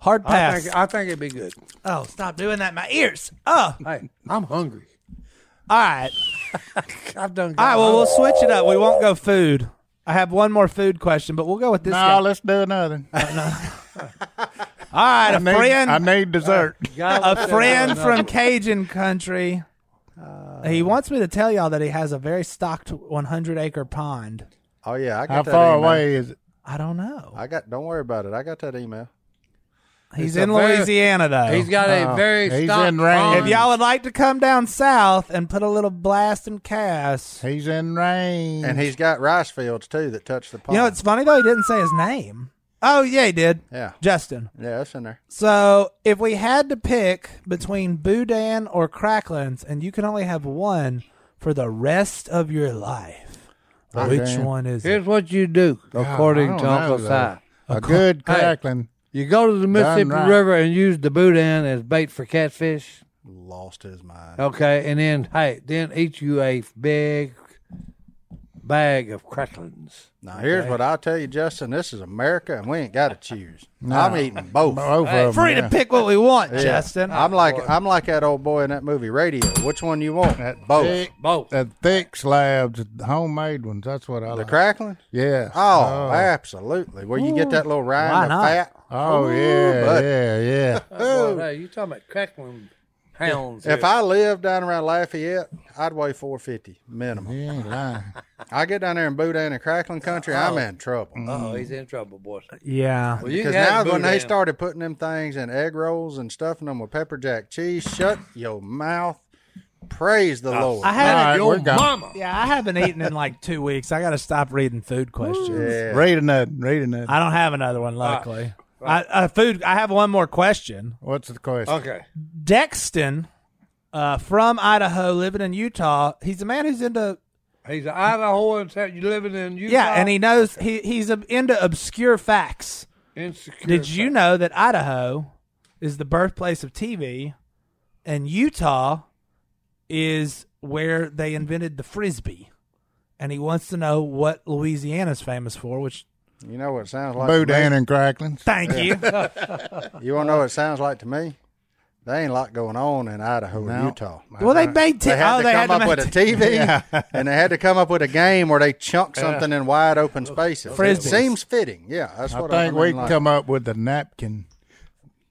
Speaker 4: Hard
Speaker 3: I
Speaker 4: pass.
Speaker 3: think I think it'd be good.
Speaker 4: oh, stop doing that. in My ears. Oh,
Speaker 3: Hey, I'm hungry.
Speaker 4: all right.
Speaker 3: I've done.
Speaker 4: All right, well, we'll switch it up. We won't go food. I have one more food question, but we'll go with this.
Speaker 5: No,
Speaker 4: guy.
Speaker 5: let's do another.
Speaker 4: All right,
Speaker 5: I
Speaker 4: a
Speaker 5: need,
Speaker 4: friend,
Speaker 5: I
Speaker 3: Uh,
Speaker 5: need dessert.
Speaker 4: a friend from Cajun country. he wants me to tell y'all that he has a very stocked 100 acre pond.
Speaker 2: Oh yeah, I got
Speaker 5: How
Speaker 2: that
Speaker 5: far
Speaker 2: email.
Speaker 5: away is it?
Speaker 4: I don't know.
Speaker 2: I got. Don't worry about it. I got that email.
Speaker 4: He's
Speaker 3: It's a
Speaker 4: in
Speaker 3: very-
Speaker 4: Louisiana though.
Speaker 3: He's got a
Speaker 5: Oh,
Speaker 3: very
Speaker 5: he's
Speaker 3: stock
Speaker 5: in rain.
Speaker 3: farm.
Speaker 5: If
Speaker 4: if y'all would like to come down south and put a little blast and cast,
Speaker 5: He's in rain.
Speaker 2: And he's got rice fields too that touch the pond.
Speaker 4: you know it's funny though he didn't say his name. Oh yeah, he did.
Speaker 2: yeah,
Speaker 4: Justin.
Speaker 2: yeah, that's in there.
Speaker 4: So if we had to pick between Boudin or Cracklins, and you can only have one for the rest of your life, which
Speaker 5: Boudin.
Speaker 4: one is it?
Speaker 3: Here's what you do, according
Speaker 5: I
Speaker 3: to
Speaker 5: don't know,
Speaker 3: Uncle
Speaker 5: though.
Speaker 3: Si.
Speaker 5: a good
Speaker 3: Hey.
Speaker 5: crackling.
Speaker 3: You go to the Mississippi
Speaker 5: right.
Speaker 3: River and use the boudin as bait for catfish.
Speaker 2: Lost his mind.
Speaker 3: Okay, and then hey, then eat you a big bag of cracklins.
Speaker 2: Now here's what I'll tell you, Justin. This is America, and we ain't got to choose. I'm eating both.
Speaker 5: Both of 'em,
Speaker 4: Free
Speaker 5: yeah.
Speaker 4: to pick what we want,
Speaker 2: Yeah.
Speaker 4: Justin.
Speaker 2: I'm like I'm like that old boy in that movie Radio. Which one you want?
Speaker 5: That
Speaker 2: both.
Speaker 5: Thick,
Speaker 3: Both.
Speaker 5: that thick slabs, the homemade ones. That's what I
Speaker 2: The
Speaker 5: like.
Speaker 2: crackling?
Speaker 5: Yeah.
Speaker 2: Oh, absolutely. Where you get that little
Speaker 4: Why
Speaker 2: rind of
Speaker 4: not?
Speaker 2: fat?
Speaker 5: Oh yeah,
Speaker 2: buddy.
Speaker 5: yeah,
Speaker 2: (laughs)
Speaker 5: yeah.
Speaker 3: Boy, hey, you talking about crackling hounds?
Speaker 2: If I lived down around Lafayette, I'd weigh 450 minimum.
Speaker 5: You ain't lying.
Speaker 2: I get down there in Boudin and Crackling Country, I'm in trouble.
Speaker 5: Mm-hmm.
Speaker 3: oh, he's in trouble, boys.
Speaker 4: yeah.
Speaker 3: Well, you
Speaker 2: Because
Speaker 3: can have
Speaker 2: now when they
Speaker 3: boudin.
Speaker 2: started putting them things in egg rolls and stuffing them with pepper jack cheese, shut your mouth. Praise the Lord.
Speaker 4: I
Speaker 5: All
Speaker 4: haven't.
Speaker 5: right,
Speaker 3: your
Speaker 5: we're gone.
Speaker 3: mama.
Speaker 4: Yeah, I haven't eaten in like two weeks. I got to stop reading food questions.
Speaker 2: Yeah.
Speaker 5: Read another. Read another.
Speaker 4: I don't have another one, luckily. I, uh, food. I have one more question.
Speaker 5: What's the question?
Speaker 3: Okay.
Speaker 4: Dexton, uh, from Idaho, living in Utah. He's a man who's into
Speaker 3: He's an Idahoan. so You living in Utah?
Speaker 4: yeah, and he knows he he's ab- into obscure facts.
Speaker 3: insecure.
Speaker 4: Did you know that Idaho is the birthplace of TV, and Utah is where they invented the frisbee? And he wants to know what Louisiana's famous for. Which
Speaker 2: You know what it sounds like? to
Speaker 5: Boudin
Speaker 2: me?
Speaker 5: and cracklings.
Speaker 4: thank you.
Speaker 2: (laughs) You want to know what it sounds like to me? They ain't a lot going on in Idaho and Utah.
Speaker 4: well, they made t-
Speaker 2: They had
Speaker 4: oh,
Speaker 2: to
Speaker 4: they
Speaker 2: come
Speaker 4: had to
Speaker 2: up
Speaker 4: make
Speaker 2: with a
Speaker 5: (laughs)
Speaker 2: TV, and they had to come up with a game where they chunk something in wide open spaces. It
Speaker 4: Frisbees.
Speaker 2: seems fitting. Yeah, that's
Speaker 5: I
Speaker 2: what
Speaker 5: think
Speaker 2: I
Speaker 5: we
Speaker 2: mean,
Speaker 5: can
Speaker 2: like,
Speaker 5: come up with a napkin.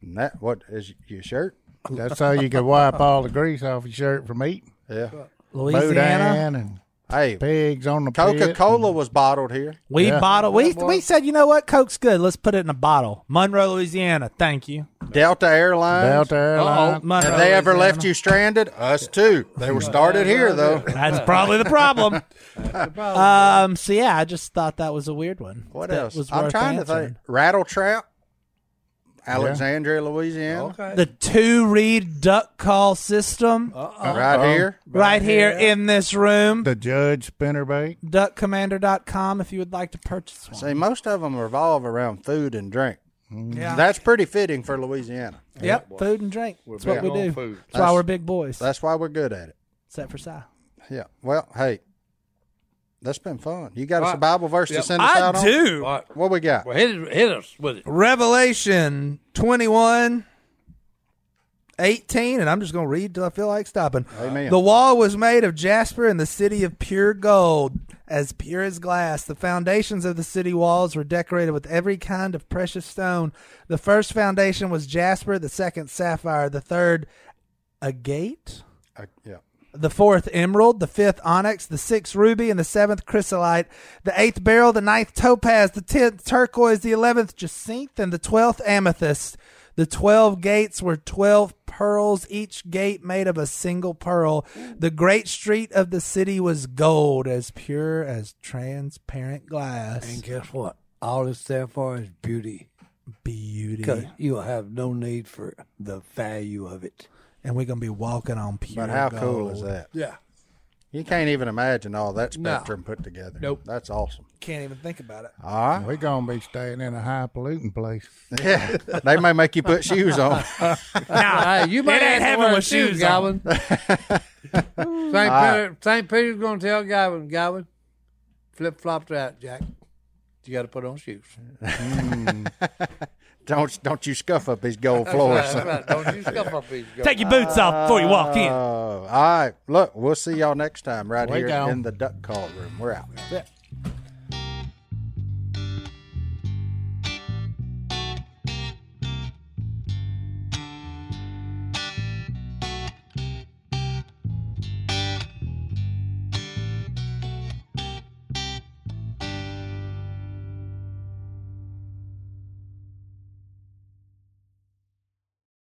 Speaker 2: And that what is your shirt?
Speaker 5: That's how you can wipe all the grease off your shirt from eating.
Speaker 2: Yeah.
Speaker 4: Louisiana.
Speaker 5: Boudin and
Speaker 2: Hey,
Speaker 5: pigs on the pit.
Speaker 2: Coca Cola was bottled here.
Speaker 4: We
Speaker 5: Yeah.
Speaker 4: bottle. We we said, you know what? Coke's good. Let's put it in a bottle. Monroe, Louisiana. Thank you.
Speaker 2: Delta Airlines.
Speaker 5: Delta Airlines.
Speaker 4: Monroe,
Speaker 2: Have they ever
Speaker 4: Louisiana.
Speaker 2: left you stranded? Us too. They were started here though. (laughs)
Speaker 4: That's probably the problem. um, so yeah, I just thought that was a weird one.
Speaker 2: Oh, What
Speaker 4: That
Speaker 2: else?
Speaker 4: was
Speaker 2: I'm
Speaker 4: worth
Speaker 2: trying to
Speaker 4: answering.
Speaker 2: think. Rattle Trap, Alexandria, Louisiana,
Speaker 3: Okay.
Speaker 4: uh, The two read duck call system
Speaker 2: Oh, right here.
Speaker 4: right here in this room.
Speaker 5: The Judge Spinnerbait.
Speaker 4: Duckcommander.com if you would like to purchase one.
Speaker 2: See, most of them revolve around food and drink.
Speaker 4: Yeah.
Speaker 2: That's pretty fitting for Louisiana.
Speaker 4: yep, food and drink. That's what we
Speaker 3: big on
Speaker 4: do.
Speaker 3: food.
Speaker 4: That's why we're big boys.
Speaker 2: That's why we're good at it.
Speaker 4: Except for Si.
Speaker 2: Yeah. Well, hey, that's been fun. You got us a
Speaker 3: Right.
Speaker 2: Bible verse to
Speaker 3: Yep.
Speaker 2: send us out
Speaker 4: I
Speaker 2: on?
Speaker 4: do.
Speaker 3: All right.
Speaker 2: What we got?
Speaker 3: Well, hit, it- hit us with it.
Speaker 4: Revelation 21 18, and I'm just going to read till I feel like stopping.
Speaker 2: Amen.
Speaker 4: The wall was made of jasper and the city of pure gold, as pure as glass. The foundations of the city walls were decorated with every kind of precious stone. The first foundation was jasper, the second, sapphire, the third, agate.
Speaker 2: Uh, yeah.
Speaker 4: The fourth emerald, the fifth onyx, the sixth ruby, and the seventh chrysolite, the eighth beryl, the ninth topaz, the tenth turquoise, the eleventh jacinth, and the twelfth amethyst. The twelve gates were twelve pearls, each gate made of a single pearl. The great street of the city was gold, as pure as transparent glass.
Speaker 3: And guess what? All it's there for is beauty. Because
Speaker 4: Beauty.
Speaker 3: you'll have no need for the value of it.
Speaker 4: And we're going to be walking on pure
Speaker 2: But how
Speaker 4: gold.
Speaker 2: cool is that?
Speaker 3: Yeah.
Speaker 2: You can't even imagine all that spectrum put together.
Speaker 3: Nope.
Speaker 2: That's awesome.
Speaker 4: Can't even think about it.
Speaker 2: All right.
Speaker 5: We're going to be staying in a high polluting place.
Speaker 2: (laughs) Yeah. they may make you put shoes on. (laughs)
Speaker 3: Nah, you might
Speaker 4: It ain't
Speaker 3: have to
Speaker 4: heaven
Speaker 3: wear
Speaker 4: with shoes
Speaker 3: Godwin. St. Peter, St. Peter's going to tell Godwin, Godwin, flip flopped out, Jack. You got to put on shoes.
Speaker 2: don't don't you scuff up his gold floor.
Speaker 3: That's
Speaker 2: son. (laughs)
Speaker 3: right. Don't you scuff up these girls.
Speaker 4: Take your boots off before you walk in.
Speaker 2: Uh, Oh, all right. Look, we'll see y'all next time right
Speaker 5: We
Speaker 2: here
Speaker 5: go.
Speaker 2: in the duck call room. We're out.
Speaker 5: Yeah.